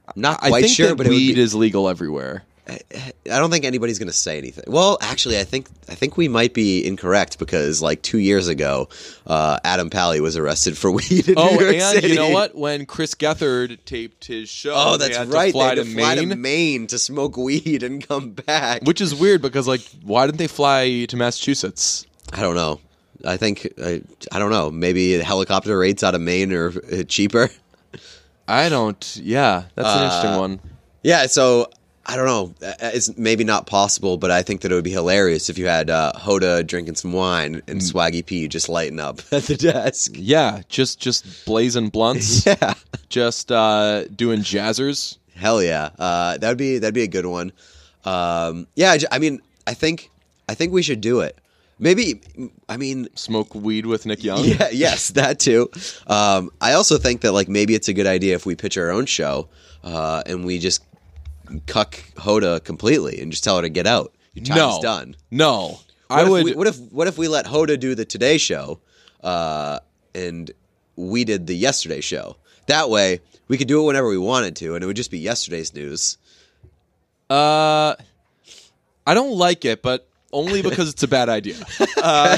S2: I'm not
S1: I
S2: quite
S1: think
S2: sure,
S1: that
S2: but it would
S1: weed
S2: be-
S1: is legal everywhere.
S2: I don't think anybody's going to say anything. Well, actually, I think I think we might be incorrect because like two years ago, uh, Adam Pally was arrested for <laughs> weed in
S1: Oh,
S2: New York
S1: and
S2: City.
S1: you know what? When Chris Gethard taped his show,
S2: Oh,
S1: they
S2: that's
S1: had
S2: right.
S1: To fly,
S2: they had
S1: to
S2: to fly
S1: Maine,
S2: to Maine to smoke <laughs> weed and come back.
S1: which is weird because like, why didn't they fly to Massachusetts?
S2: I don't know. I think I, I don't know. Maybe helicopter rates out of Maine are uh, cheaper. <laughs>
S1: I don't. Yeah, that's an interesting
S2: Uh,
S1: one.
S2: Yeah, so I don't know. Uh, It's maybe not possible, but I think that it would be hilarious if you had uh, Hoda drinking some wine and
S1: Mm.
S2: Swaggy P just lighting up <laughs> at the desk.
S1: Yeah, just just blazing
S2: <laughs>
S1: blunts,
S2: Yeah,
S1: just uh, doing jazzers.
S2: hell yeah. Uh, that'd be that'd be a good one. Um, yeah, I, ju- I mean, I think I think we should do it. Maybe I mean,
S1: Smoke weed with Nick Young.
S2: <laughs> yeah, yes, that too. Um, I also think that like maybe it's a good idea if we pitch our own show uh, and we just cuck Hoda completely and just tell her to get out. Your time's
S1: no,
S2: done.
S1: No,
S2: What
S1: I
S2: if
S1: would.
S2: We, what if what if we let Hoda do the Today Show, uh, and we did the Yesterday Show? That way, we could do it whenever we wanted to, and it would just be yesterday's
S1: <laughs>
S2: news. <laughs>
S1: Uh, I don't like it, but
S2: <laughs>
S1: only because it's a bad idea. Uh,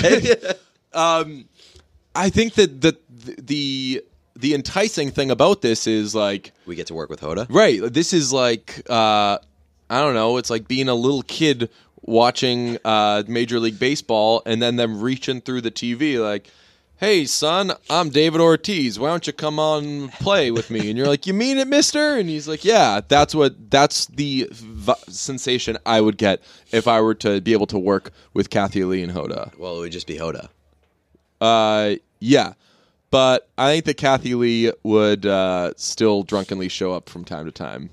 S1: um, I think that the the the enticing thing about this is like
S2: we get to work with Hoda.
S1: right. This is like uh, I don't know. It's like being a little kid watching uh, Major League Baseball, and then them reaching through the TV like. Hey son, I'm David Ortiz. Why don't you come on and play with me? And you're like, "You mean it, mister?" And he's like, "Yeah, that's what that's the v- sensation I would get if I were to be able to work with Kathy Lee and Hoda."
S2: Well, it would just be Hoda.
S1: Uh, yeah, but I think that Kathy Lee would uh, still drunkenly show up from time to time.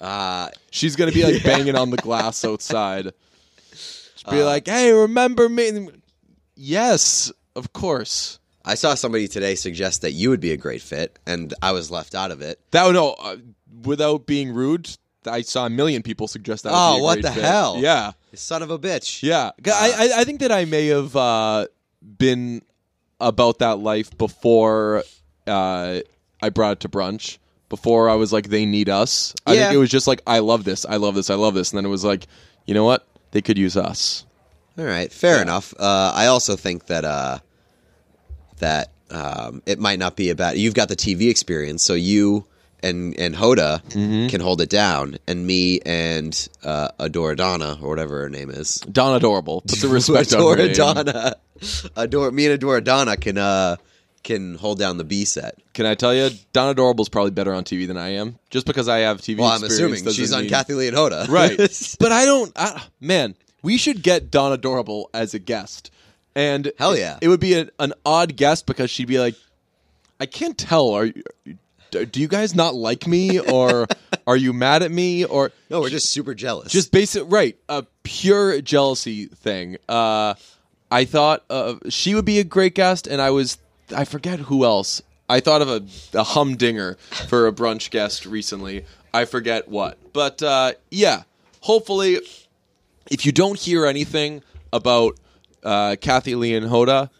S2: Uh,
S1: She's gonna be <laughs> like banging on the glass outside. Just be like, "Hey, remember me?" Yes, of course.
S2: I saw somebody today suggest that you would be a great fit, and I was left out of it.
S1: That no, uh, without being rude, I saw a million people suggest that. would
S2: Oh,
S1: be a
S2: what
S1: great
S2: the
S1: fit.
S2: hell?
S1: Yeah,
S2: Son of a bitch.
S1: yeah. G- I, I I think that I may have uh, been about that life before uh, I brought it to brunch. Before I was like, they need us. I
S2: Yeah.
S1: think it was just like, I love this, I love this, I love this, and then it was like, you know what? They could use us.
S2: All right, fair enough. Uh, I also think that uh, that um, it might not be about you've got the TV experience, so you and and Hoda
S1: Mm-hmm.
S2: can hold it down, and me and uh, Adora Donna or whatever her name is,
S1: Don Adorable. Put
S2: <laughs>
S1: the respect on her
S2: Adora
S1: name.
S2: Donna, Adora, me and Adora Donna can uh, can hold down the B set.
S1: Can I tell you, Don Adorable's probably better on TV than I am, just because I have TV.
S2: Well, I'm
S1: experience
S2: assuming
S1: doesn't
S2: she's on
S1: mean-
S2: Kathy Lee and
S1: <laughs>
S2: Hoda, <laughs>
S1: right? but I don't. I, man, we should get Don Adorable as a guest, and
S2: Hell
S1: it-
S2: yeah.
S1: it, would be a, an odd guest because she'd be like, "I can't tell. Are you, do you guys not like me,
S2: <laughs>
S1: or are you mad at me, or
S2: no, we're just super jealous.
S1: just basic right a pure jealousy thing uh i thought uh, she would be a great guest and i was i forget who else i thought of a, a humdinger for a brunch guest recently i forget what but uh yeah hopefully if you don't hear anything about uh, Kathy Lee and Hoda,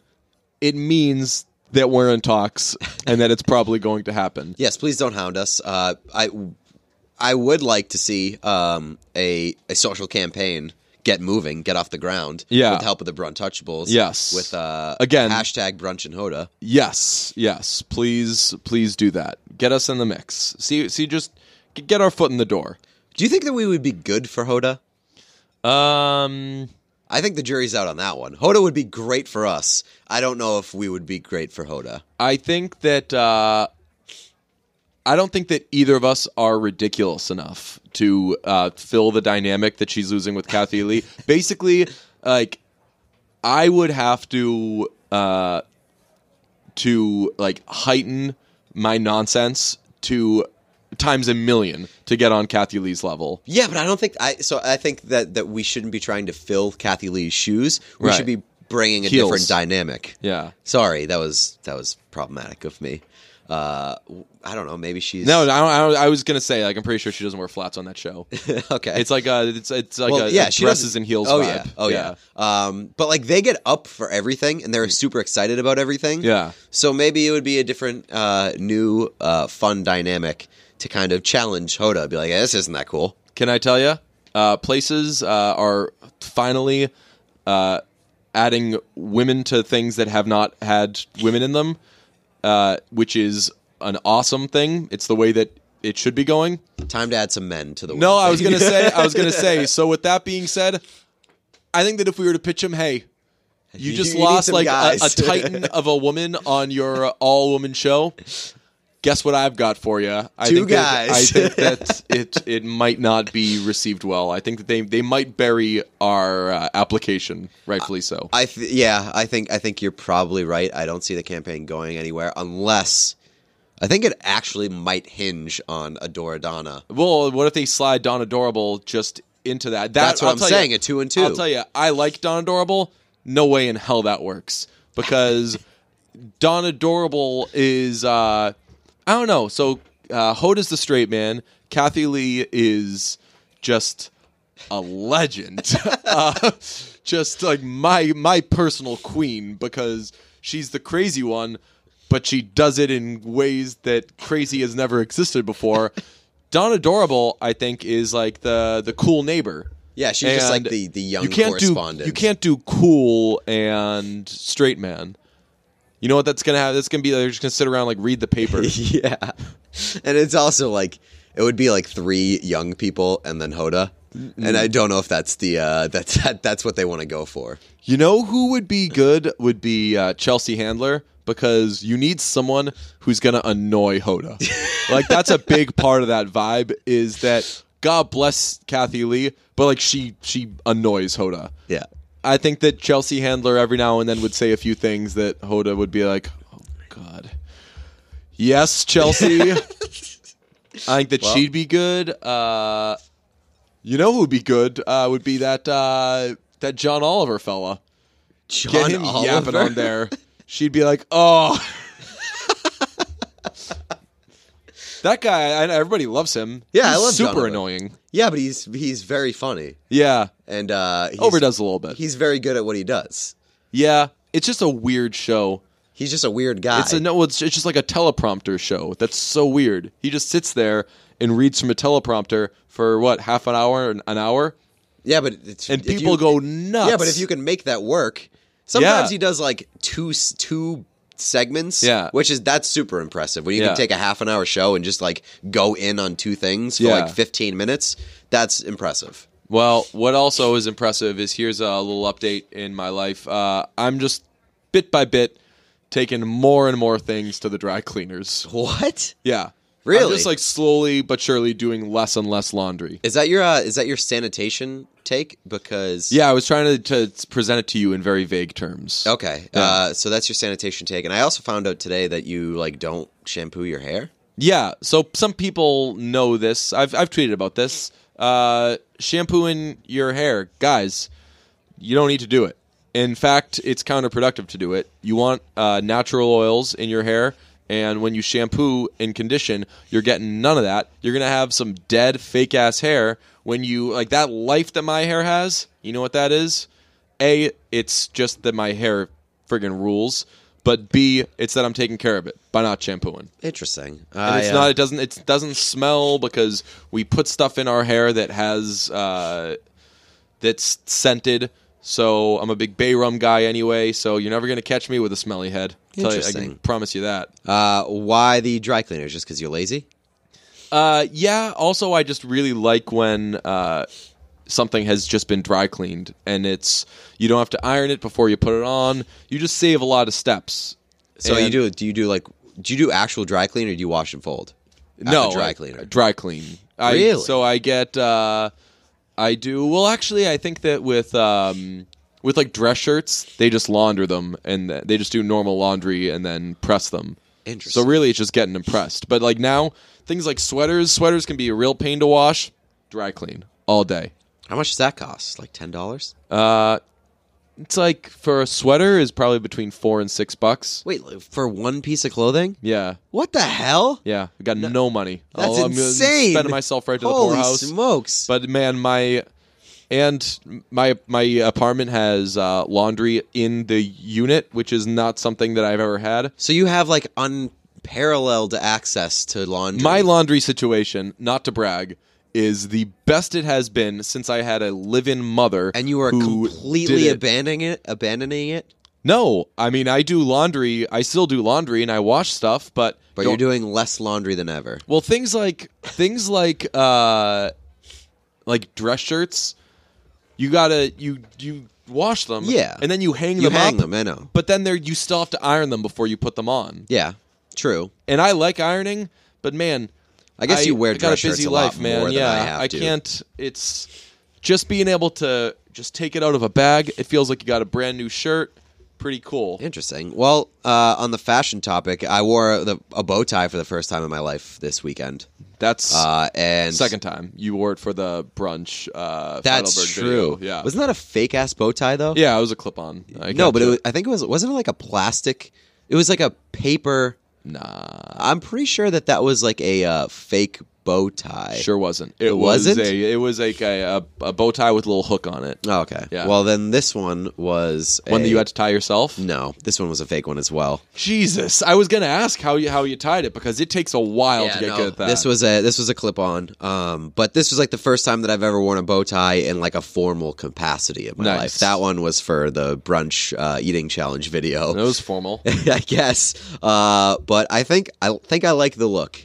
S1: it means that we're in talks and that it's probably going to happen.
S2: Yes, please don't hound us. Uh, I I would like to see um, a a social campaign get moving, get off the ground.
S1: Yeah.
S2: with the help of the Bruntouchables.
S1: Yes.
S2: with uh,
S1: Again-
S2: hashtag Brunch and Hoda.
S1: Yes, yes. Please, please do that. Get us in the mix. See, see, just g- get our foot in the door.
S2: Do you think that we would be good for Hoda?
S1: Um,
S2: I think the jury's out on that one. Hoda would be great for us. I don't know if we would be great for Hoda.
S1: I think that uh, I don't think that either of us are ridiculous enough to uh, fill the dynamic that she's losing with Kathy Lee. Basically, like I would have to uh, to like heighten my nonsense to times a million to get on Kathy Lee's level.
S2: Yeah, but I don't think I. So I think that that we shouldn't be trying to fill Kathy Lee's shoes. We
S1: Right.
S2: should be bringing a
S1: Heels.
S2: different dynamic.
S1: Yeah.
S2: Sorry, that was that was problematic of me. Uh, w- I don't know. Maybe she's
S1: No, I, don't- I, I was gonna say like I'm pretty sure she doesn't wear flats on that show.
S2: <laughs> okay.
S1: It's like a it's it's like
S2: well,
S1: a,
S2: yeah,
S1: a
S2: she
S1: dresses
S2: doesn't-
S1: and heels.
S2: Oh
S1: vibe.
S2: yeah, oh yeah. Um, but like they get up for everything, and they're super excited about everything.
S1: Yeah.
S2: So maybe it would be a different, uh, new, uh, fun dynamic to kind of challenge Hoda. Be like, "Yeah, this isn't that cool.
S1: Can I tell you? Uh, places uh, are finally uh, adding women to things that have not had women in them, uh, which is an awesome thing. It's the way that it should be going.
S2: Time to add some men to the
S1: No,
S2: world."
S1: I was gonna say, I was
S2: <laughs>
S1: gonna say. So with that being said, I think that if we were to pitch him, hey, you
S2: You-
S1: just
S2: you need
S1: lost
S2: some
S1: like a, a
S2: guys." <laughs>
S1: titan of a woman on your all woman show. Guess what I've got for you? I
S2: Two
S1: think that-
S2: guys. <laughs>
S1: I think that it it might not be received well. I think that they they might bury our uh, application, rightfully so.
S2: I th- yeah, I think I think you're probably right. I don't see the campaign going anywhere unless I think it actually might hinge on Adora Donna.
S1: well, what if they slide Don Adorable just into that? that
S2: That's what
S1: I'll
S2: am
S1: tell ya-
S2: saying. A two and 2
S1: I'll tell you, I like Don Adorable. No way in hell that works because <laughs> Don Adorable is uh, I don't know. So uh, Hoda's the straight man. Kathy Lee is just a legend, <laughs> uh, just like my my personal queen because she's the crazy one, but she does it in ways that crazy has never existed before. <laughs> Don Adorable, I think, is like the the cool neighbor.
S2: Yeah, she's just like
S1: And
S2: the the young
S1: You can't do
S2: correspondent.
S1: you can't do cool and straight man. You know what that's gonna have? That's gonna be they're just gonna sit around like read the paper.
S2: <laughs> yeah, and it's also like it would be like three young people and then Hoda,
S1: Mm-hmm.
S2: and I don't know if that's the uh, <laughs> that's that, that's what they want to go for.
S1: you know who would be good would be uh, Chelsea Handler because you need someone who's gonna annoy Hoda. like that's a big part of that vibe is that God bless Kathy Lee, but like she she annoys Hoda.
S2: Yeah,
S1: I think that Chelsea Handler every now and then would say a few things that Hoda would be like, "Oh God, yes,
S2: <laughs>
S1: Chelsea." I think that she'd be good. Uh, you know who would be good uh, would be that uh, that John Oliver fella.
S2: John
S1: Get him yapping
S2: Oliver.
S1: on there. She'd be like,
S2: <laughs>
S1: "Oh." That guy, I, everybody loves him.
S2: Yeah, I
S1: He's
S2: love John
S1: super
S2: Oliver.
S1: annoying.
S2: Yeah, but he's he's very funny
S1: Yeah,
S2: and uh, he's,
S1: overdoes a little bit.
S2: He's very good at what he does.
S1: Yeah, it's just a weird show.
S2: He's just a weird guy.
S1: It's a, no, it's, it's just like a teleprompter show. That's so weird. He just sits there and reads from a teleprompter for what half an hour, an, an hour,
S2: yeah, but it's,
S1: and
S2: if you-
S1: people go nuts.
S2: Yeah, but if you can make that work, sometimes
S1: Yeah.
S2: he does like two s- two segments.
S1: Yeah.
S2: which is that's super impressive. When you
S1: Yeah.
S2: can take a half an hour show and just like go in on two things for
S1: Yeah.
S2: like fifteen minutes, that's impressive.
S1: well, what also is impressive is here's a little update in my life. Uh, I'm just bit by bit taking more and more things to the dry cleaners.
S2: What
S1: Yeah, I'm
S2: Really?
S1: just like slowly but surely doing less and less laundry.
S2: is that your uh, is that your sanitation take? Because
S1: Yeah, I was trying to, to present it to you in very vague terms.
S2: okay, uh, so that's your sanitation take. And I also found out today that you like don't shampoo your hair.
S1: Yeah, so some people know this. I've I've tweeted about this. Uh, shampooing your hair, guys, you don't need to do it. In fact, it's counterproductive to do it. You want uh, natural oils in your hair, and when you shampoo and condition, you're getting none of that. You're gonna have some dead fake ass hair, when you like that life that my hair has. You know what that is? A, it's just that my hair friggin' rules. But B, it's that I'm taking care of it by not shampooing.
S2: Interesting.
S1: And
S2: I,
S1: it's
S2: uh,
S1: not. It doesn't. It doesn't smell because we put stuff in our hair that has uh, that's scented. So I'm a big bay rum guy anyway. So you're never gonna catch me with a smelly head. Tell you, I can
S2: Interesting.
S1: promise you that.
S2: uh, why the dry cleaners? Just because you're lazy?
S1: Uh, yeah. Also, I just really like when uh, something has just been dry cleaned and it's you don't have to iron it before you put it on. You just save a lot of steps.
S2: So
S1: And-
S2: you do? Do you do like? Do you do actual dry clean or do you wash and fold? After
S1: no
S2: dry
S1: I-
S2: cleaner.
S1: dry clean. I,
S2: Really?
S1: So I get. Uh, I do. Well, actually, I think that with um, with like dress shirts, they just launder them and th- they just do normal laundry and then press them.
S2: Interesting.
S1: So really, it's just getting them pressed. But like now, things like sweaters, sweaters can be a real pain to wash. Dry clean all day. Uh,
S2: How much does that cost? Like ten dollars?
S1: It's like for a sweater is probably between four and six bucks.
S2: Wait, like, for one piece of clothing?
S1: Yeah,
S2: What the hell?
S1: yeah. I got no, money.
S2: That's
S1: Oh, I'm gonna
S2: insane.
S1: Spending myself right to
S2: Holy
S1: the poorhouse.
S2: smokes!
S1: But man, my and my my apartment has uh, laundry in the unit, which is not something that I've ever had.
S2: so you have like unparalleled access to laundry.
S1: My laundry situation, not to brag, is the best it has been since I had a live-in mother.
S2: and you are
S1: who
S2: completely
S1: did it.
S2: abandoning it. Abandoning it.
S1: no. I mean, I do laundry. I still do laundry, and I wash stuff, but
S2: But
S1: don't-
S2: you're doing less laundry than ever.
S1: Well, things like things like uh like dress shirts, you gotta you you wash them,
S2: Yeah.
S1: and then you hang
S2: You
S1: them
S2: hang
S1: up,
S2: them. I know.
S1: but then there you still have to iron them before you put them on.
S2: Yeah. True.
S1: And I like ironing, but man,
S2: I guess you wear
S1: I got
S2: dress
S1: a busy
S2: shirts a lot
S1: life, man.
S2: more than
S1: yeah,
S2: I have to.
S1: can't. It's just being able to just take it out of a bag. It feels like you got a brand new shirt. Pretty cool.
S2: Interesting. Well, uh, on the fashion topic, I wore the, a bow tie for the first time in my life this weekend.
S1: That's
S2: Uh, and
S1: second time you wore it for the brunch. Uh,
S2: that's
S1: Heidelberg
S2: true.
S1: video. Yeah,
S2: Wasn't that a fake ass bow tie though?
S1: Yeah, it was a clip on.
S2: no, but it was, I think it was wasn't it like a plastic? It was like a paper.
S1: nah,
S2: I'm pretty sure that that was like a uh, fake bow tie.
S1: sure wasn't. It, was
S2: wasn't?
S1: a it was like a, a, a bow tie with a little hook on it.
S2: Oh, okay.
S1: Yeah.
S2: Well, then this one was
S1: One that
S2: a-
S1: you had to tie yourself.
S2: No, this one was a fake one as well.
S1: Jesus, I was gonna ask how you how you tied it because it takes a while to get
S2: no,
S1: good at that.
S2: This was a this was a clip on, um, but this was like the first time that I've ever worn a bow tie in like a formal capacity in my
S1: Nice.
S2: life. That one was for the brunch uh, eating challenge video,
S1: that was formal.
S2: <laughs> I guess. Uh, but I think I think I like the look.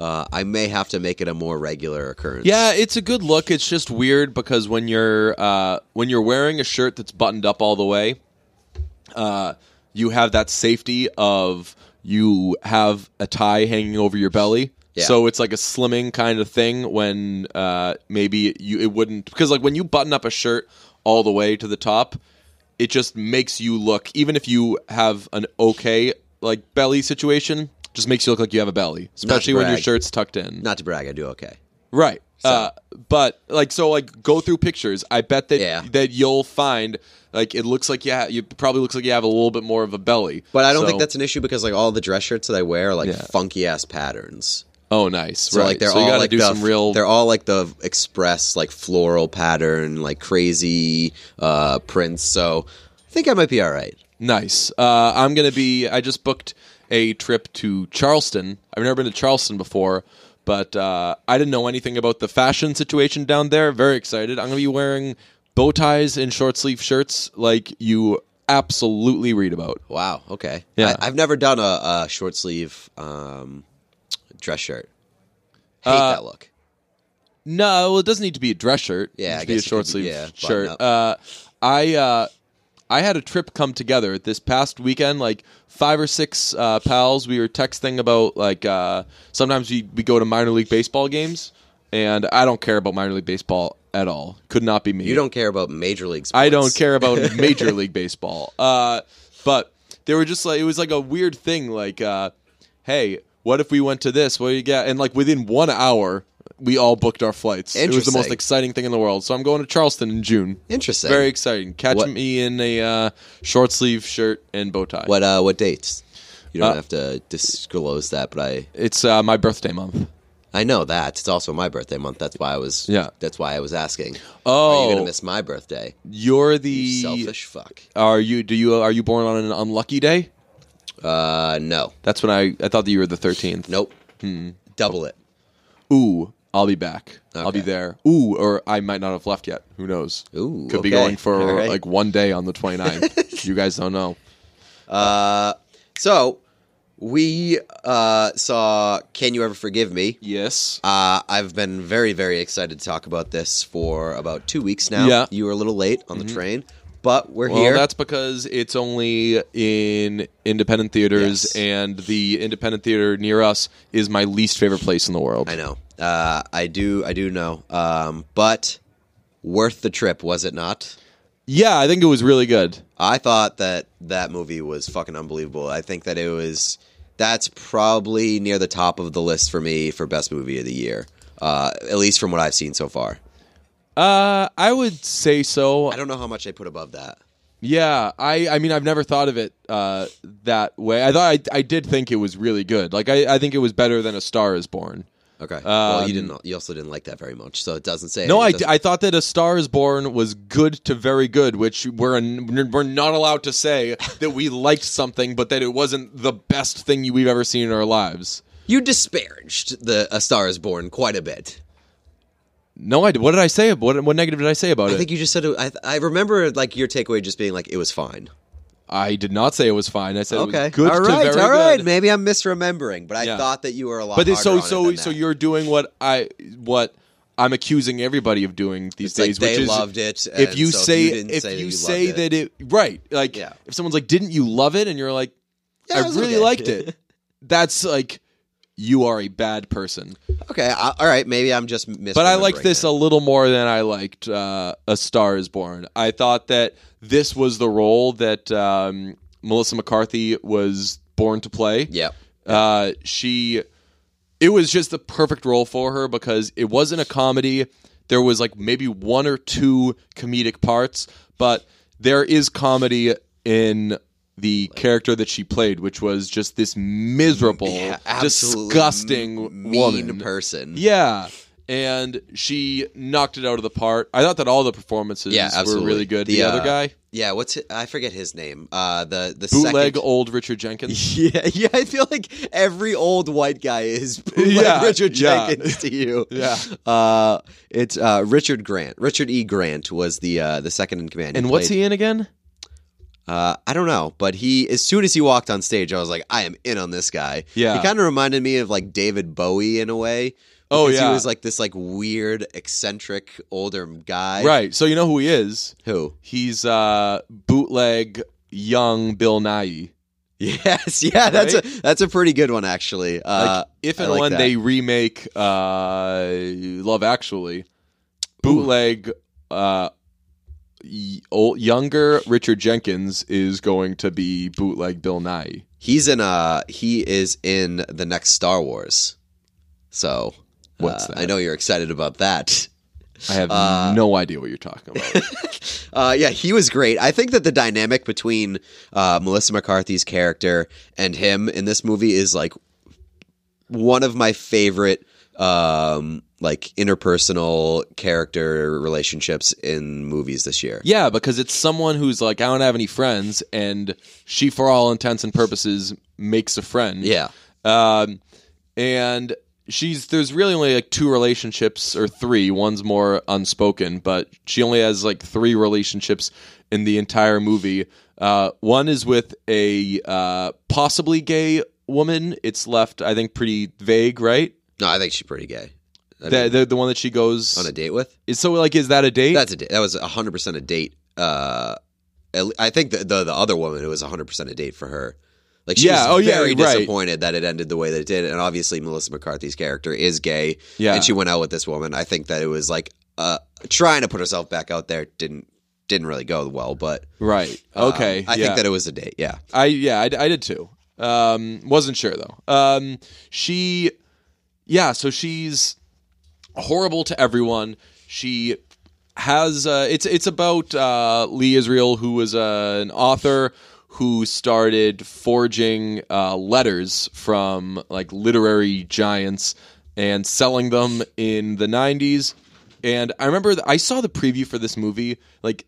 S2: Uh, I may have to make it a more regular occurrence.
S1: Yeah, it's a good look. It's just weird because when you're uh, when you're wearing a shirt that's buttoned up all the way, uh, you have that safety of you have a tie hanging over your belly.
S2: Yeah.
S1: So it's like a slimming kind of thing when uh, maybe you it wouldn't because like when you button up a shirt all the way to the top, it just makes you look even if you have an okay like belly situation, just makes you look like you have a belly, especially when your
S2: brag.
S1: shirt's tucked in.
S2: Not to brag, I do okay.
S1: Right. Uh, but like so like go through pictures. I bet that
S2: Yeah.
S1: that you'll find like it looks like yeah, you probably looks like you have a little bit more of a belly.
S2: But I don't
S1: So-
S2: think that's an issue because like all the dress shirts that I wear are like
S1: Yeah.
S2: funky ass patterns.
S1: Oh nice.
S2: So
S1: right.
S2: like they're
S1: so you
S2: all
S1: gotta
S2: like
S1: do
S2: the,
S1: some real
S2: They're all like the express like floral pattern, like crazy uh, prints. So I think I might be all right.
S1: nice. Uh, I'm gonna be I just booked a trip to Charleston. I've never been to Charleston before, but uh, I didn't know anything about the fashion situation down there. Very excited. I'm gonna be wearing bow ties and short sleeve shirts like you absolutely read about.
S2: Wow. Okay.
S1: Yeah.
S2: I, I've never done a, a short sleeve um, dress shirt. Hate
S1: Uh,
S2: that look.
S1: No, well, it doesn't need to be a dress shirt.
S2: Yeah,
S1: it
S2: I
S1: could be a
S2: guess it
S1: short
S2: could
S1: sleeve
S2: be- yeah, button
S1: shirt.
S2: up.
S1: Uh, I uh, I had a trip come together this past weekend. Like five or six uh, pals, we were texting about like uh, sometimes we we go to minor league baseball games, and I don't care about minor league baseball at all. Could not be me.
S2: You don't care about major league. Sports.
S1: I don't care
S2: <laughs>
S1: about Major League Baseball. Uh, but they were just like, it was like a weird thing. Like, uh, hey, what if we went to this? What do you get? And like within one hour, we all booked our flights. It was the most
S2: Interesting.
S1: exciting thing in the world. So I'm going to Charleston in June.
S2: Interesting.
S1: Very exciting. Catch
S2: What-
S1: me in a uh, short sleeve shirt and bow tie.
S2: What uh, what dates? You don't
S1: Uh,
S2: have to disclose that, but I
S1: It's uh, my birthday month.
S2: I know that. It's also my birthday month. That's why I was.
S1: Yeah.
S2: That's why I was asking.
S1: Oh,
S2: Are you gonna miss my birthday?
S1: You're the
S2: You selfish fuck.
S1: Are you? Do you? Are you born on an unlucky day?
S2: Uh, no.
S1: That's when I I thought that you were the thirteenth.
S2: Nope. Double it.
S1: Ooh, I'll be back. I'll be
S2: Okay.
S1: there. Ooh, or I might not have left yet. Who knows?
S2: Ooh,
S1: could be
S2: okay.
S1: going for
S2: All right.
S1: like one day on the
S2: <laughs>
S1: 29th. you guys don't know.
S2: Uh, so we uh saw "Can You Ever Forgive Me."
S1: Yes.
S2: Uh, I've been very, very excited to talk about this for about two weeks now.
S1: Yeah. Mm-hmm.
S2: You were a little late on the train, but we're
S1: Well,
S2: here.
S1: that's because it's only in independent theaters,
S2: Yes.
S1: and the independent theater near us is my least favorite place in the world.
S2: I know. Uh, I do. I do know. Um, but worth the trip, was it not?
S1: Yeah, I think it was really good.
S2: I thought that that movie was fucking unbelievable. I think that it was. That's probably near the top of the list for me for best movie of the year, uh, at least from what I've seen so far.
S1: Uh, I would say so.
S2: I don't know how much I put above that.
S1: Yeah, I, I mean, I've never thought of it uh, that way. I thought I, I did think it was really good. Like, I, I think it was better than A Star Is Born.
S2: Okay. well, you
S1: Um,
S2: didn't. You also didn't like that very much, so it doesn't say.
S1: No,
S2: it
S1: I,
S2: doesn't-
S1: I thought that A Star Is Born was good to very good, which we're an, we're not allowed to
S2: <laughs>
S1: say that we liked something, but that it wasn't the best thing you- we've ever seen in our lives.
S2: You disparaged the A Star Is Born quite a bit.
S1: No, I. What did I say? ab- What what negative did I say about
S2: I
S1: it?
S2: think you just said. It, I, I remember like your takeaway just being like it was fine.
S1: I did not say it was fine. I said it
S2: Okay.
S1: was good
S2: all
S1: to
S2: right.
S1: very
S2: all right.
S1: good.
S2: Maybe I'm misremembering, but I
S1: Yeah.
S2: thought that you were a lot.
S1: But
S2: harder
S1: this, so
S2: on it
S1: so
S2: than
S1: so
S2: that.
S1: you're doing what I what I'm accusing everybody of doing these
S2: like
S1: days,
S2: they
S1: which is
S2: loved it,
S1: If
S2: and
S1: you
S2: so if
S1: say
S2: you didn't
S1: if
S2: say that
S1: you
S2: you
S1: say
S2: loved
S1: that it right, like
S2: Yeah.
S1: if someone's like, "Didn't you love it?" and you're like,
S2: Yeah,
S1: "I
S2: it was
S1: really
S2: okay."
S1: liked it," that's like you are a bad person.
S2: <laughs> Okay. I, all right. Maybe I'm just misremembering.
S1: But I liked this
S2: it.
S1: a little more than I liked uh, A Star Is Born. I thought that this was the role that um, Melissa McCarthy was born to play.
S2: Yeah.
S1: Uh, she it was just the perfect role for her because it wasn't a comedy there was like maybe one or two comedic parts but there is comedy in the character that she played which was just this miserable
S2: Yeah, absolutely
S1: disgusting
S2: mean
S1: woman
S2: person.
S1: yeah and she knocked it out of the part i thought that all the performances
S2: Yeah,
S1: were
S2: absolutely.
S1: really good the,
S2: uh,
S1: other guy
S2: Yeah, what's hi- I forget his name. Uh, the the
S1: bootleg
S2: second-
S1: old richard jenkins
S2: <laughs> Yeah, yeah. I feel like every old white
S1: <laughs>
S2: guy is bootleg
S1: Yeah,
S2: Richard
S1: yeah.
S2: Jenkins to you.
S1: Yeah.
S2: Uh, it's uh, Richard Grant. Richard E. Grant was the uh, the second in command.
S1: and what's
S2: played-
S1: he in again
S2: Uh, I don't know, but he as soon as he walked on stage, I was like, I am in on this guy.
S1: Yeah.
S2: He kind of reminded me of like David Bowie in a way.
S1: Oh,
S2: because
S1: yeah.
S2: He was like this like weird eccentric older guy.
S1: right so you know who he is
S2: Who? <laughs>
S1: He's uh bootleg young Bill Nye.
S2: Yes. Yeah. That's a that's a pretty good one actually.
S1: Like,
S2: Uh,
S1: if
S2: I
S1: and
S2: like
S1: when
S2: that.
S1: they remake uh Love Actually, bootleg uh y- old, younger Richard Jenkins is going to be bootleg Bill Nye.
S2: He's in uh he is in the next Star Wars. So uh,
S1: What's that?
S2: I know you're excited about that. <laughs>
S1: I have
S2: Uh,
S1: no idea what you're talking about.
S2: Uh, yeah, he was great. I think that the dynamic between uh, Melissa McCarthy's character and him in this movie is like one of my favorite um like interpersonal character relationships in movies this year.
S1: <laughs> yeah, because it's someone who's like I don't have any friends and she for all intents and purposes makes a friend.
S2: Yeah.
S1: Um, and she's there's really only like two relationships or three. One's more unspoken, but she only has like three relationships in the entire movie. Uh, one is with a uh, possibly gay woman. It's left, I think, pretty vague, right?
S2: No, I think she's pretty gay. I
S1: The,
S2: mean,
S1: the the one that she
S2: on a
S1: goes.
S2: date with?
S1: is so like, is that a date?
S2: That's a date. That was 100% a date. Uh at le- I think the, the the other woman it was 100% a date for her. Like she
S1: Yeah, oh,
S2: was
S1: yeah,
S2: very
S1: right.
S2: disappointed that it ended the way that it did and obviously Melissa McCarthy's character is gay.
S1: yeah.
S2: and she went out with this woman. I think that it was like uh, trying to put herself back out there didn't didn't really go well, but
S1: right.
S2: um,
S1: Okay. yeah.
S2: I think that it was a date. Yeah,
S1: I yeah, I, I did too. Um, wasn't sure though. Um, she, yeah, so she's horrible to everyone. She has uh, it's it's about uh, Lee Israel, who was uh, an author who started forging uh, letters from like literary giants and selling them in the 90s. And I remember th- I saw the preview for this movie like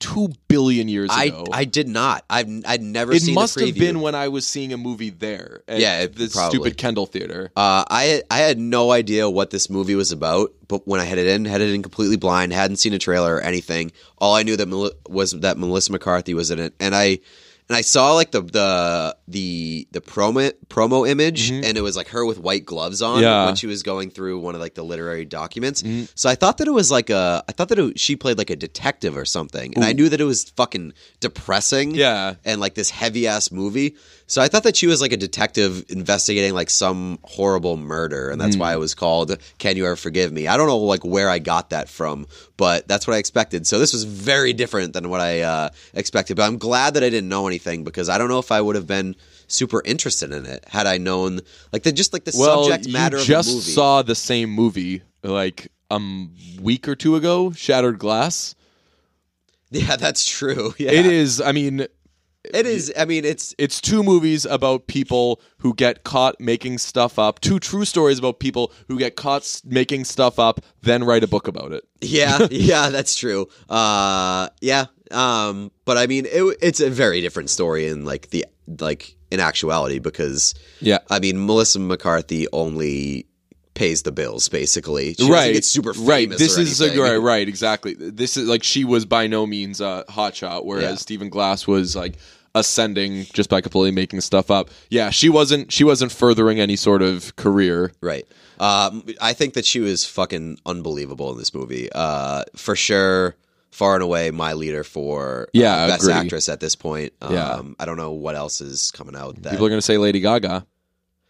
S1: 2 billion years
S2: I
S1: ago.
S2: I did not. I've I'd never
S1: it
S2: seen
S1: must
S2: the preview.
S1: have been when I was seeing a movie there at
S2: Yeah, it-
S1: the
S2: probably.
S1: stupid Kendall Theater.
S2: Uh, I I had no idea what this movie was about, but when I headed in, headed in completely blind, hadn't seen a trailer or anything. All I knew that Mel- was that Melissa McCarthy was in it, and I and I saw like the the the the promo promo image, and it was like her with white gloves on
S1: Mm-hmm. Yeah. Mm-hmm.
S2: when she was going through one of like the literary documents. So I thought that it was like a I thought that it, she played like a detective or something, and I knew that it was fucking depressing
S1: Yeah.
S2: and like this heavy ass movie. So I thought that she was like a detective investigating like some horrible murder, and that's
S1: Hmm.
S2: why it was called "Can You Ever Forgive Me." I don't know like where I got that from, but that's what I expected. So this was very different than what I uh, expected. But I'm glad that I didn't know anything because I don't know if I would have been super interested in it had I known like the just like the
S1: well,
S2: subject matter
S1: you just
S2: of the movie.
S1: saw the same movie like a m- week or two ago, Shattered Glass.
S2: <laughs> yeah, that's true. Yeah,
S1: It is. I mean,
S2: It is. I mean, it's
S1: it's two movies about people who get caught making stuff up. Two true stories about people who get caught s- making stuff up, then write a book about it. <laughs>
S2: Yeah, yeah, that's true. Uh, yeah, um, but I mean, it, it's a very different story in like the like in actuality because
S1: Yeah.
S2: I mean, Melissa McCarthy only pays the bills basically. She
S1: right.
S2: it's super famous.
S1: Right. This
S2: or
S1: is a,
S2: anything.
S1: right. Right. Exactly. This is like she was by no means a hotshot, whereas
S2: Yeah.
S1: Stephen Glass was like ascending just by completely making stuff up. Yeah. She wasn't. She wasn't furthering any sort of career.
S2: Right. Um, I think that she was fucking unbelievable in this movie. Uh, for sure, far and away my leader for uh,
S1: Yeah,
S2: best
S1: agree.
S2: actress at this point. Um,
S1: Yeah.
S2: I don't know what else is coming out. That
S1: People are going to say Lady Gaga.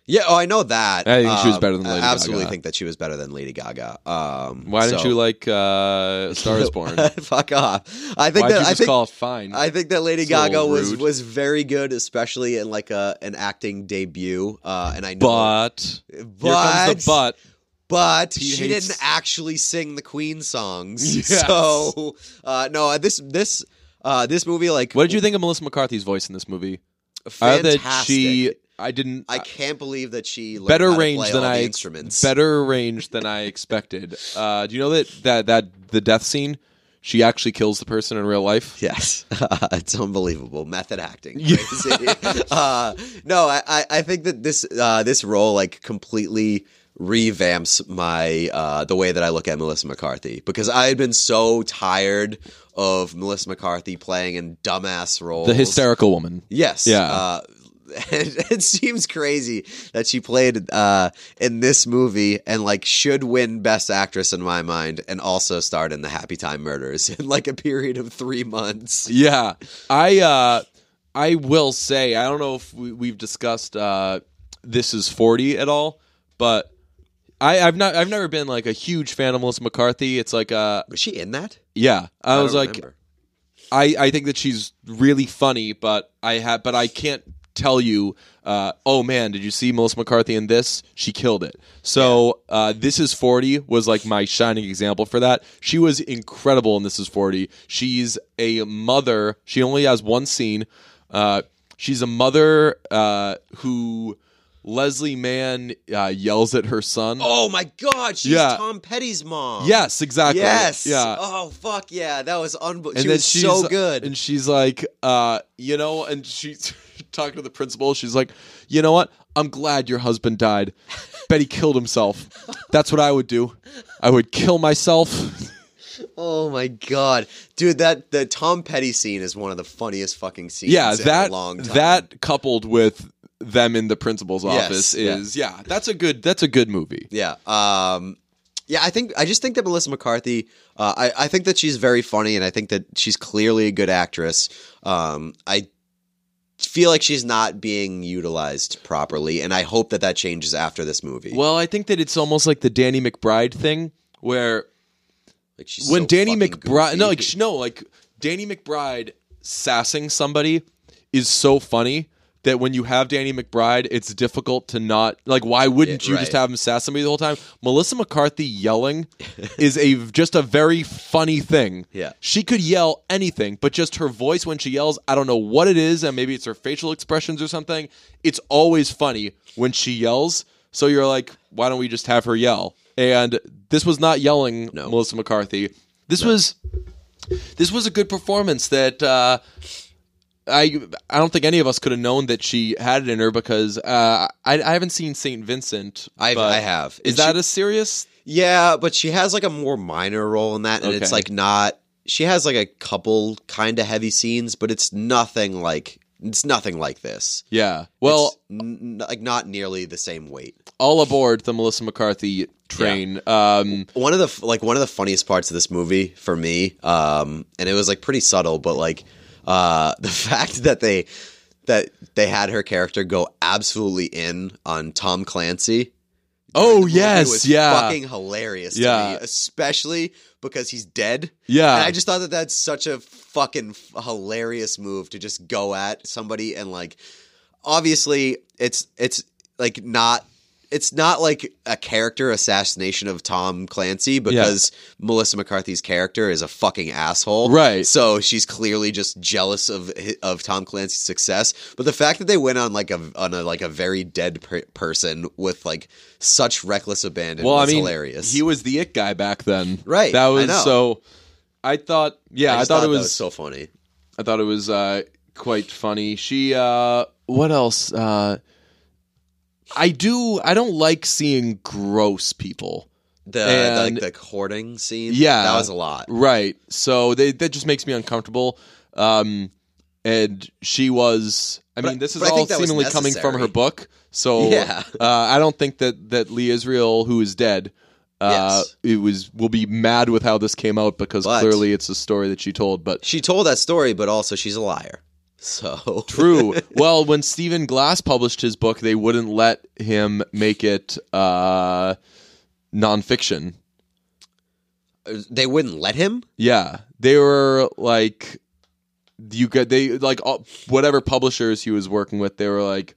S2: Yeah, oh, I know that. Um,
S1: I think she was better than Lady
S2: I absolutely
S1: Gaga.
S2: think that she was better than Lady Gaga. Um,
S1: Why didn't
S2: so-
S1: you like uh,
S2: <laughs>
S1: Star Is Born? Why
S2: Fuck off. I think
S1: would you
S2: that I
S1: just
S2: think
S1: call it fine?
S2: I think that Lady
S1: It's a little
S2: Gaga was
S1: rude.
S2: was very good, especially in like a an acting debut. Uh, and I know,
S1: but
S2: but
S1: here comes the but.
S2: but
S1: He
S2: she
S1: hates-
S2: didn't actually sing the Queen songs.
S1: <laughs> Yes.
S2: So uh, no, this this uh, this movie like
S1: What did you think of Melissa McCarthy's voice in this movie?
S2: fantastic.
S1: I, she, I didn't.
S2: I can't believe that she learned
S1: better
S2: how to
S1: range
S2: play
S1: than
S2: all the
S1: I
S2: instruments.
S1: better range than I expected. Uh, do you know that that that the death scene? She actually kills the person in real life.
S2: Yes, <laughs> it's unbelievable method acting. Crazy. <laughs> uh, no, I, I, I think that this uh, this role like completely revamps my uh, the way that I look at Melissa McCarthy because I had been so tired of Melissa McCarthy playing in dumbass roles.
S1: The hysterical woman.
S2: Yes.
S1: Yeah.
S2: Uh, <laughs> it, seems crazy that she played uh, in this movie and like should win Best Actress in my mind, and also starred in the Happy Time Murders <laughs> in like a period of three months.
S1: Yeah, I uh, I will say I don't know if we, we've discussed uh, this is forty at all, but I, I've not I've never been like a huge fan of Melissa McCarthy. It's like uh,
S2: Was she in that?
S1: yeah, I, was
S2: don't
S1: like
S2: remember.
S1: I, I think that she's really funny, but I have but I can't tell you. Uh, oh man, did you see Melissa McCarthy in this? She killed it. So uh, this is forty was like my shining example for that. She was incredible in this is forty. She's a mother. She only has one scene. Uh, she's a mother uh, who Leslie Mann uh, yells at her son.
S2: Oh my God, she's
S1: Yeah.
S2: Tom Petty's mom.
S1: Yes, exactly.
S2: Yes.
S1: Yeah.
S2: Oh fuck yeah, that was unbelievable.
S1: and
S2: She
S1: then
S2: was
S1: she's uh,
S2: so good.
S1: And she's like, uh, you know, and she's <laughs> talking to the principal. She's like, you know what? I'm glad your husband died. Bet he killed himself. That's what I would do. I would kill
S2: <laughs>
S1: myself.
S2: Oh my god, dude! That the Tom Petty scene is one of the funniest fucking scenes.
S1: yeah,
S2: in
S1: that
S2: a long time.
S1: that coupled with them in the principal's
S2: Yes,
S1: office
S2: yeah.
S1: is yeah, that's a good that's a good movie.
S2: Yeah. Um, yeah, I think I just think that Melissa McCarthy. Uh, I I think that she's very funny, and I think that she's clearly a good actress. Um, I feel like she's not being utilized properly, and I hope that that changes after this movie.
S1: Well, I think that it's almost like the Danny McBride thing where
S2: like she's
S1: when
S2: so
S1: Danny
S2: fucking
S1: McBride, no, like
S2: goofy.
S1: sh- no, like Danny McBride sassing somebody is so funny that when you have Danny McBride, it's difficult to not like. Why wouldn't
S2: Yeah,
S1: you just
S2: right.
S1: have him sass somebody the whole time? Melissa McCarthy
S2: <laughs>
S1: yelling is a just a very funny thing.
S2: Yeah.
S1: she could yell anything, but just her voice when she yells, I don't know what it is, and maybe it's her facial expressions or something. It's always funny when she yells. So you're like, why don't we just have her yell? And this was not yelling,
S2: No.
S1: Melissa McCarthy. This was this was a good performance that uh, I I don't think any of us could have known that she had it in her because uh, I I haven't seen Saint Vincent.
S2: I've,
S1: but
S2: I have.
S1: Is
S2: And
S1: that
S2: she-
S1: a serious?
S2: Yeah, but she has like a more minor role in that, and it's
S1: Okay.
S2: like not. She has like a couple kind of heavy scenes, but it's nothing like it's nothing like this.
S1: Yeah. Well,
S2: It's n- n- like not nearly the same weight.
S1: all aboard the Melissa McCarthy train. Um,
S2: One of the f- like one of the funniest parts of this movie for me, um, and it was like pretty subtle, but like uh, <laughs> the fact that they that they had her character go absolutely in on Tom Clancy.
S1: oh
S2: movie
S1: yes,
S2: was
S1: yeah,
S2: fucking hilarious
S1: Yeah.
S2: to me, especially because he's dead.
S1: yeah.
S2: And I just thought that that's such a fucking f- hilarious move to just go at somebody and like obviously it's it's like not it's not like a character assassination of Tom Clancy because Melissa McCarthy's character is a fucking asshole.
S1: Right.
S2: So she's clearly just jealous of of Tom Clancy's success, but the fact that they went on like a on a like a very dead per- person with like such reckless abandon
S1: well, I
S2: was
S1: mean,
S2: hilarious.
S1: he was the it guy back then,
S2: Right,
S1: That
S2: I
S1: was
S2: know.
S1: so. I thought, yeah, I,
S2: just
S1: thought, it
S2: that
S1: was,
S2: so funny.
S1: I thought it was uh, quite funny. She, uh, what else? Uh, I do. I don't like seeing gross people.
S2: the
S1: And-
S2: like the hoarding scene.
S1: Yeah.
S2: that was a lot.
S1: Right. So they, that just makes me uncomfortable. Um, and she was. I
S2: But I-
S1: mean, this is
S2: but I
S1: all
S2: think that was
S1: seemingly coming from her
S2: necessary.
S1: book. So
S2: <laughs> Yeah.
S1: uh, I don't think that that Lee Israel, who is dead, uh,
S2: Yes.
S1: it was will be mad with how this came out because
S2: But-
S1: clearly it's a story that she told. But
S2: She told that story, but also she's a liar. So
S1: True. well, when Stephen Glass published his book, they wouldn't let him make it uh, nonfiction.
S2: <laughs> they wouldn't let him.
S1: Yeah, they were like, you got they like all, whatever publishers he was working with. They were like,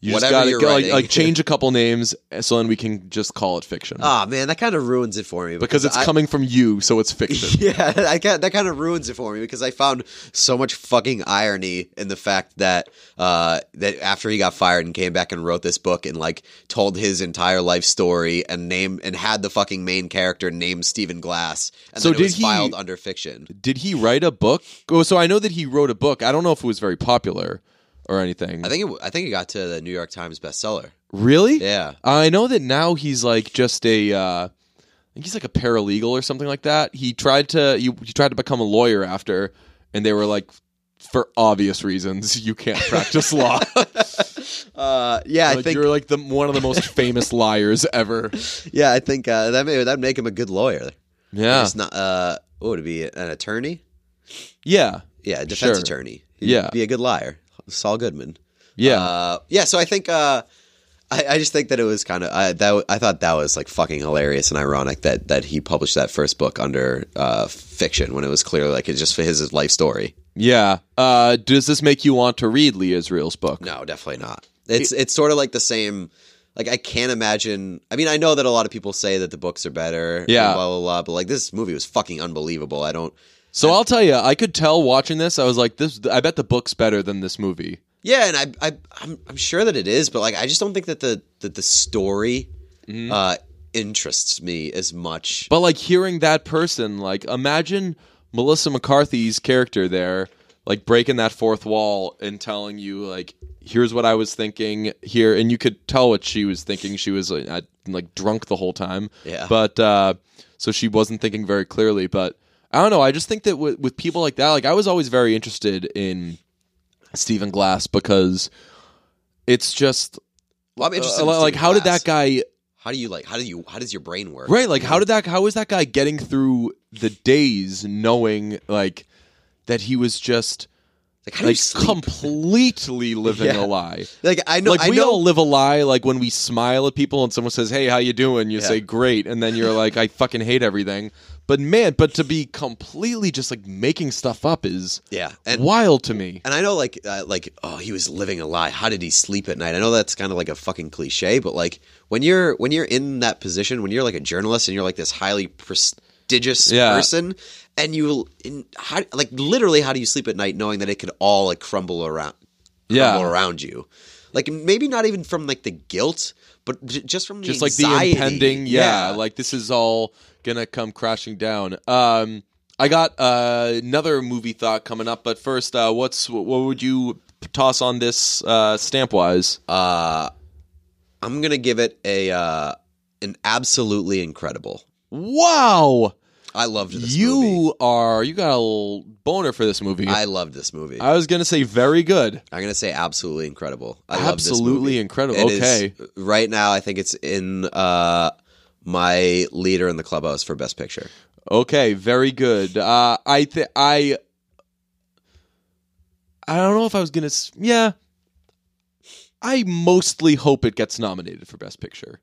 S1: you just
S2: Whatever
S1: gotta
S2: you're
S1: go, like,
S2: writing.
S1: like change a couple names so then we can just call it fiction
S2: Ah man, that kind of ruins it for me
S1: because it's
S2: I-
S1: coming from you, so it's fiction.
S2: <laughs> Yeah, I ca- that kind of ruins it for me because I found so much fucking irony in the fact that uh, that after he got fired and came back and wrote this book and like told his entire life story and name and had the fucking main character named Stephen Glass. And
S1: So
S2: then it
S1: did
S2: was
S1: he-
S2: filed under fiction?
S1: Did he write a book? Oh, so I know that he wrote a book. I don't know if it was very popular or anything.
S2: I think it, w- I think it got to the New York Times bestseller.
S1: really?
S2: Yeah.
S1: I know that now he's like just a, uh, I think he's like a paralegal or something like that. He tried to he, he tried to become a lawyer after, and they were like, for obvious reasons, <laughs> you can't
S2: <laughs>
S1: practice law.
S2: <laughs> Uh, yeah, I
S1: Like,
S2: think.
S1: you're like the one of the most
S2: <laughs>
S1: famous liars ever.
S2: Yeah, I think uh, that may, that'd make him a good lawyer.
S1: Yeah,
S2: It's not. Uh, what would it be? An attorney?
S1: yeah,
S2: Yeah, a defense
S1: Sure.
S2: attorney.
S1: Yeah.
S2: be a good liar. Saul Goodman.
S1: yeah.
S2: Uh, yeah. So I think. Uh, I, I just think that it was kind of I that w- I thought that was like fucking hilarious and ironic that that he published that first book under uh, fiction when it was clearly like it's just for his life story.
S1: yeah. Uh, does this make you want to read Lee Israel's book?
S2: No, definitely not. It's it's sort of like the same. Like I can't imagine. I mean, I know that a lot of people say that the books are better. and
S1: Yeah.
S2: blah blah blah. But like this movie was fucking unbelievable. I don't.
S1: So I'll tell you, I could tell watching this. I was like, this. I bet the book's better than this movie.
S2: Yeah, and I, I I'm I'm sure that it is, but like I just don't think that the that the story
S1: Mm-hmm.
S2: uh, interests me as much.
S1: But like hearing that person, like imagine Melissa McCarthy's character there, like breaking that fourth wall and telling you like, here's what I was thinking here, and you could tell what she was thinking. She was like, uh, like drunk the whole time.
S2: Yeah.
S1: But uh, so she wasn't thinking very clearly. But I don't know. I just think that with, with people like that, like I was always very interested in Stephen Glass because it's just
S2: Well, I'm interested.
S1: uh,
S2: in
S1: like
S2: Stephen
S1: how did
S2: Glass.
S1: that guy
S2: How do you like? How do you? How does your brain work?
S1: Right, like how did that how was that guy getting through the days knowing like that he was just
S2: Like how do you
S1: like
S2: sleep? <laughs>
S1: completely living a
S2: Yeah.
S1: lie.
S2: like I know.
S1: like
S2: I
S1: we
S2: know.
S1: all live a lie like when we smile at people and someone says, "Hey, how you doing?" you
S2: Yeah.
S1: say, "Great." And then
S2: <laughs>
S1: you're like, "I fucking hate everything." But man, but to be completely just like making stuff up is
S2: yeah, and
S1: wild to me.
S2: And I know, like, uh, like, oh, he was living a lie. How did he sleep at night? I know that's kind of like a fucking cliche, but like, when you're when you're in that position, when you're like a journalist and you're like this highly prestigious
S1: Yeah.
S2: person, and you, in, how, like, literally, how do you sleep at night knowing that it could all like crumble around,
S1: Yeah.
S2: crumble around you? Like, maybe not even from like the guilt, but j- just from the
S1: just like
S2: anxiety,
S1: the impending yeah, like this is all gonna come crashing down um i got uh, another movie thought coming up but first uh what's what would you toss on this uh stamp wise
S2: uh, I'm gonna give it a uh, an absolutely incredible.
S1: wow
S2: I loved this.
S1: you
S2: movie.
S1: are you got a little boner for this movie
S2: I loved this movie. I,
S1: I was gonna say very good
S2: am gonna say absolutely incredible. I love this movie.
S1: absolutely incredible
S2: It is-
S1: okay
S2: right now, I think it's in uh, my leader in the clubhouse for best picture.
S1: Okay, very good. Uh, I th- I I don't know if I was gonna. S- yeah, I mostly hope it gets nominated for best picture.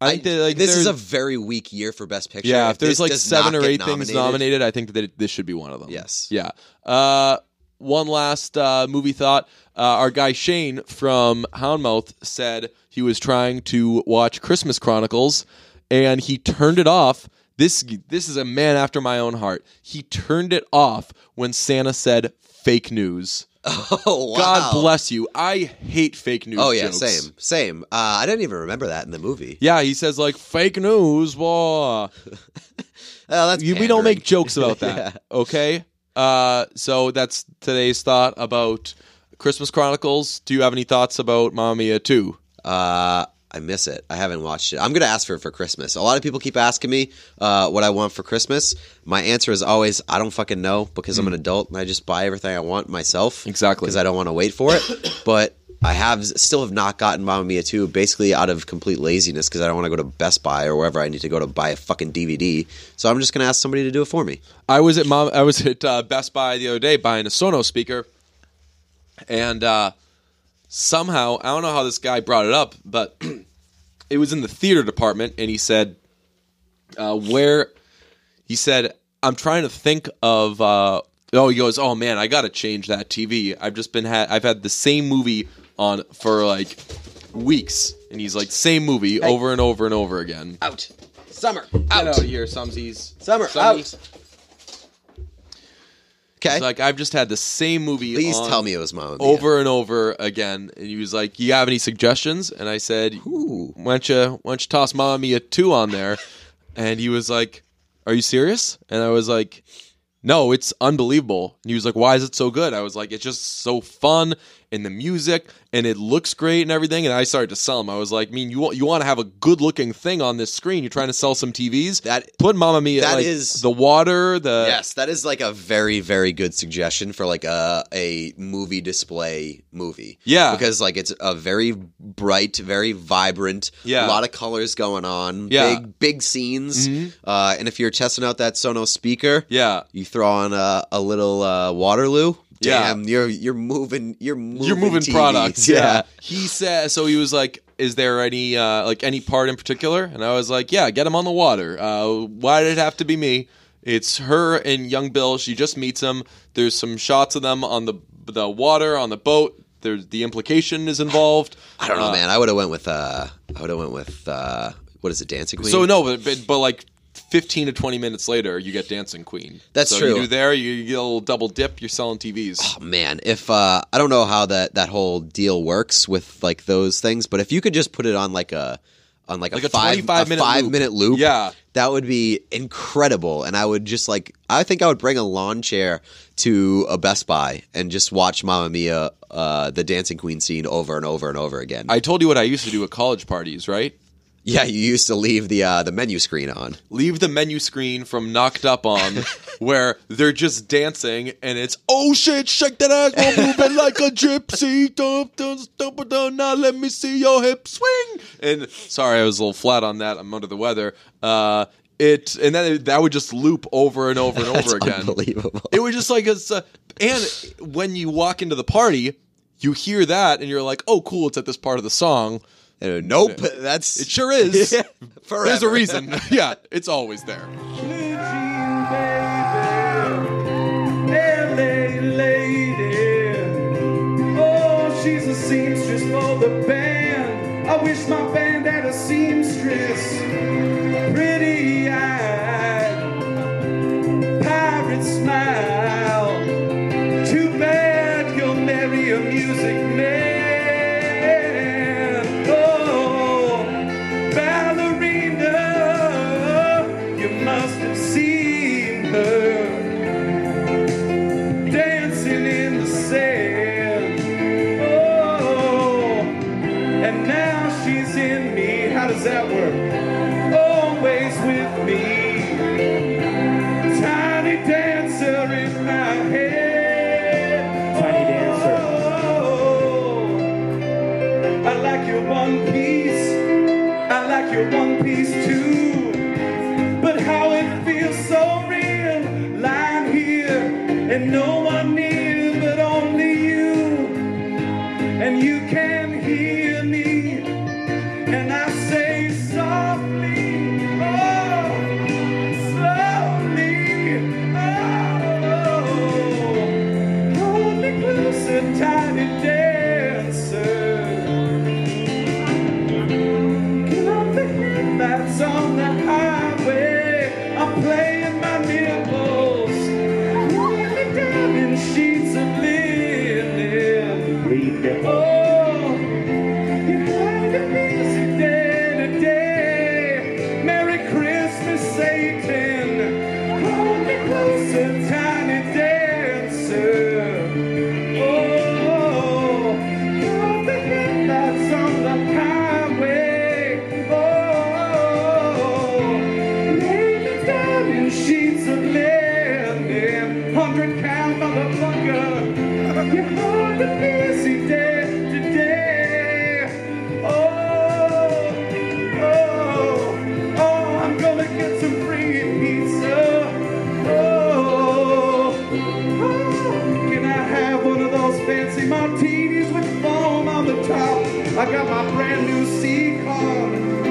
S1: I think that, like
S2: this is a
S1: there's-
S2: very weak year for best picture.
S1: yeah. If,
S2: this
S1: there's like
S2: does
S1: seven
S2: not
S1: or
S2: get
S1: eight things nominated, I think that it, this should be one of them.
S2: Yes.
S1: <laughs>
S2: <laughs>
S1: Yeah. Uh, one last uh, movie thought. Uh, our guy Shane from Houndmouth said he was trying to watch Christmas Chronicles, and he turned it off. This this is a man after my own heart. He turned it off when Santa said fake news.
S2: Oh wow.
S1: God bless you. I hate fake news.
S2: Oh yeah,
S1: jokes.
S2: same, same. Uh, I didn't even remember that in the movie.
S1: Yeah, he says like fake news. Whoa.
S2: Oh, that's
S1: You- we don't
S2: pandering.
S1: make jokes about that. Okay. Uh, so that's today's thought about Christmas Chronicles. Do you have any thoughts about Mamma Mia 2?
S2: Uh, I miss it. I haven't watched it. I'm gonna ask for it for Christmas. A lot of people keep asking me uh, what I want for Christmas. My answer is always I don't fucking know because I'm an adult and I just buy everything I want myself.
S1: Mm. Exactly.
S2: because I don't want to
S1: <coughs>
S2: wait for it. but I have still have not gotten Mamma Mia two basically out of complete laziness because I don't want to go to Best Buy or wherever I need to go to buy a fucking DVD. So I'm just gonna ask somebody to do it for me.
S1: I was at mom. I was at uh, Best Buy the other day buying a Sonos speaker, and uh, somehow I don't know how this guy brought it up, but <clears throat> it was in the theater department, and he said, uh, "Where?" He said, "I'm trying to think of." Uh, oh, he goes, "Oh man, I got to change that TV. I've just been had. I've had the same movie on for like weeks." And he's like, "Same movie over and over and over again."
S2: Out, summer,
S1: Get out of here, Sumsies.
S2: summer,
S1: Sumsies.
S2: Okay.
S1: It's like I've just had the same movie.
S2: Please
S1: on
S2: tell me it was Mamma Mia.
S1: over and over again. And he was like, "You have any suggestions?" And I said,
S2: Ooh.
S1: "Why don't you why don't you toss Mamma Mia two on
S2: <laughs>
S1: there?" and he was like, "Are you serious?" And I was like, "No, it's unbelievable." And he was like, "Why is it so good?" I was like, "It's just so fun." And the music, and it looks great, and everything. And I started to sell him. I was like, "Mean you want you want to have a good looking thing on this screen? You're trying to sell some TVs.
S2: That-
S1: put Mamma Mia.
S2: that
S1: like,
S2: is-
S1: the water. The
S2: Yes, that is like a very, very good suggestion for like a a movie display movie.
S1: Yeah.
S2: because like it's a very bright, very vibrant.
S1: Yeah.
S2: a lot of colors going on.
S1: Yeah. Mm-hmm.
S2: big, big scenes. Uh, and if you're testing out that Sonos speaker,
S1: yeah."
S2: you throw on a, a little uh, Waterloo.
S1: Yeah.
S2: Damn, you're you're moving. You're moving. E
S1: you're moving
S2: TVs.
S1: products. Yeah. He said so he was like, is there any uh, like any part in particular? And I was like, yeah, get him on the water. Uh, why did it have to be me? It's her and young Bill. She just meets him. There's some shots of them on the the water on the boat. There's the implication is involved.
S2: I don't know,
S1: Uh,
S2: man. I would have went with. Uh, I would have went with. Uh, what is it, Dancing Queen?
S1: So no, but, but but like. 15 to 20 minutes later, you get Dancing Queen.
S2: That's
S1: so
S2: true.
S1: You do there, you, you get a little double dip, you're selling TVs.
S2: Oh, man, if uh, I don't know how that that whole deal works with like those things, but if you could just put it on like a on like,
S1: Like
S2: a,
S1: a
S2: five
S1: 25 minute
S2: five
S1: loop.
S2: minute loop,
S1: Yeah.
S2: that would be incredible. And I would just like I think I would bring a lawn chair to a Best Buy and just watch Mamma Mia, uh, the Dancing Queen scene over and over and over again.
S1: I told you what I used to do at college parties, right?
S2: yeah, you used to leave the uh, the menu screen on.
S1: leave the menu screen from Knocked Up
S2: <laughs>
S1: on, where they're just dancing and it's oh shit, shake that ass, we're moving like a
S2: <laughs>
S1: gypsy, dump, dump, dump, dump, now let me see your hip swing. And sorry, I was a little flat on that. I'm under the weather. Uh, it and then that would just loop over and over and
S2: <laughs> That's
S1: over again.
S2: unbelievable. <laughs>
S1: It was just like it's uh, and when you walk into the party, you hear that and you're like, oh cool, it's at this part of the song.
S2: Uh, nope, that's
S1: It sure is.
S2: <laughs> Yeah,
S1: There's a
S2: forever.
S1: reason. <laughs> yeah, it's always there.
S3: she's a seamstress for the band. I wish my band had a seamstress. Pretty eyed, pirate smile. Too bad you'll marry a music man. Oh, Oh, Oh, like your one piece. I like your one piece too. But how it feels so real, lying here and no one near, but only you. And you can hear me, and I say softly, oh. Slowly, oh, hold me closer, tiny dancer. Get off the hit that's on the highway. I'm playing my nipples, rolling me down in sheets of linen. Oh, you had a busy day today. Merry Christmas, Satan. Hold me closer, tiny dancer. Oh, you're the hit that's on the highway. Oh, lay me down in sheets of linen. Hundred pound motherfucker. You had a busy day today. Oh, oh, oh, I'm gonna get some free pizza. Oh, oh, can I have one of those fancy martinis with foam on the top? I got my brand new Seacon Oh.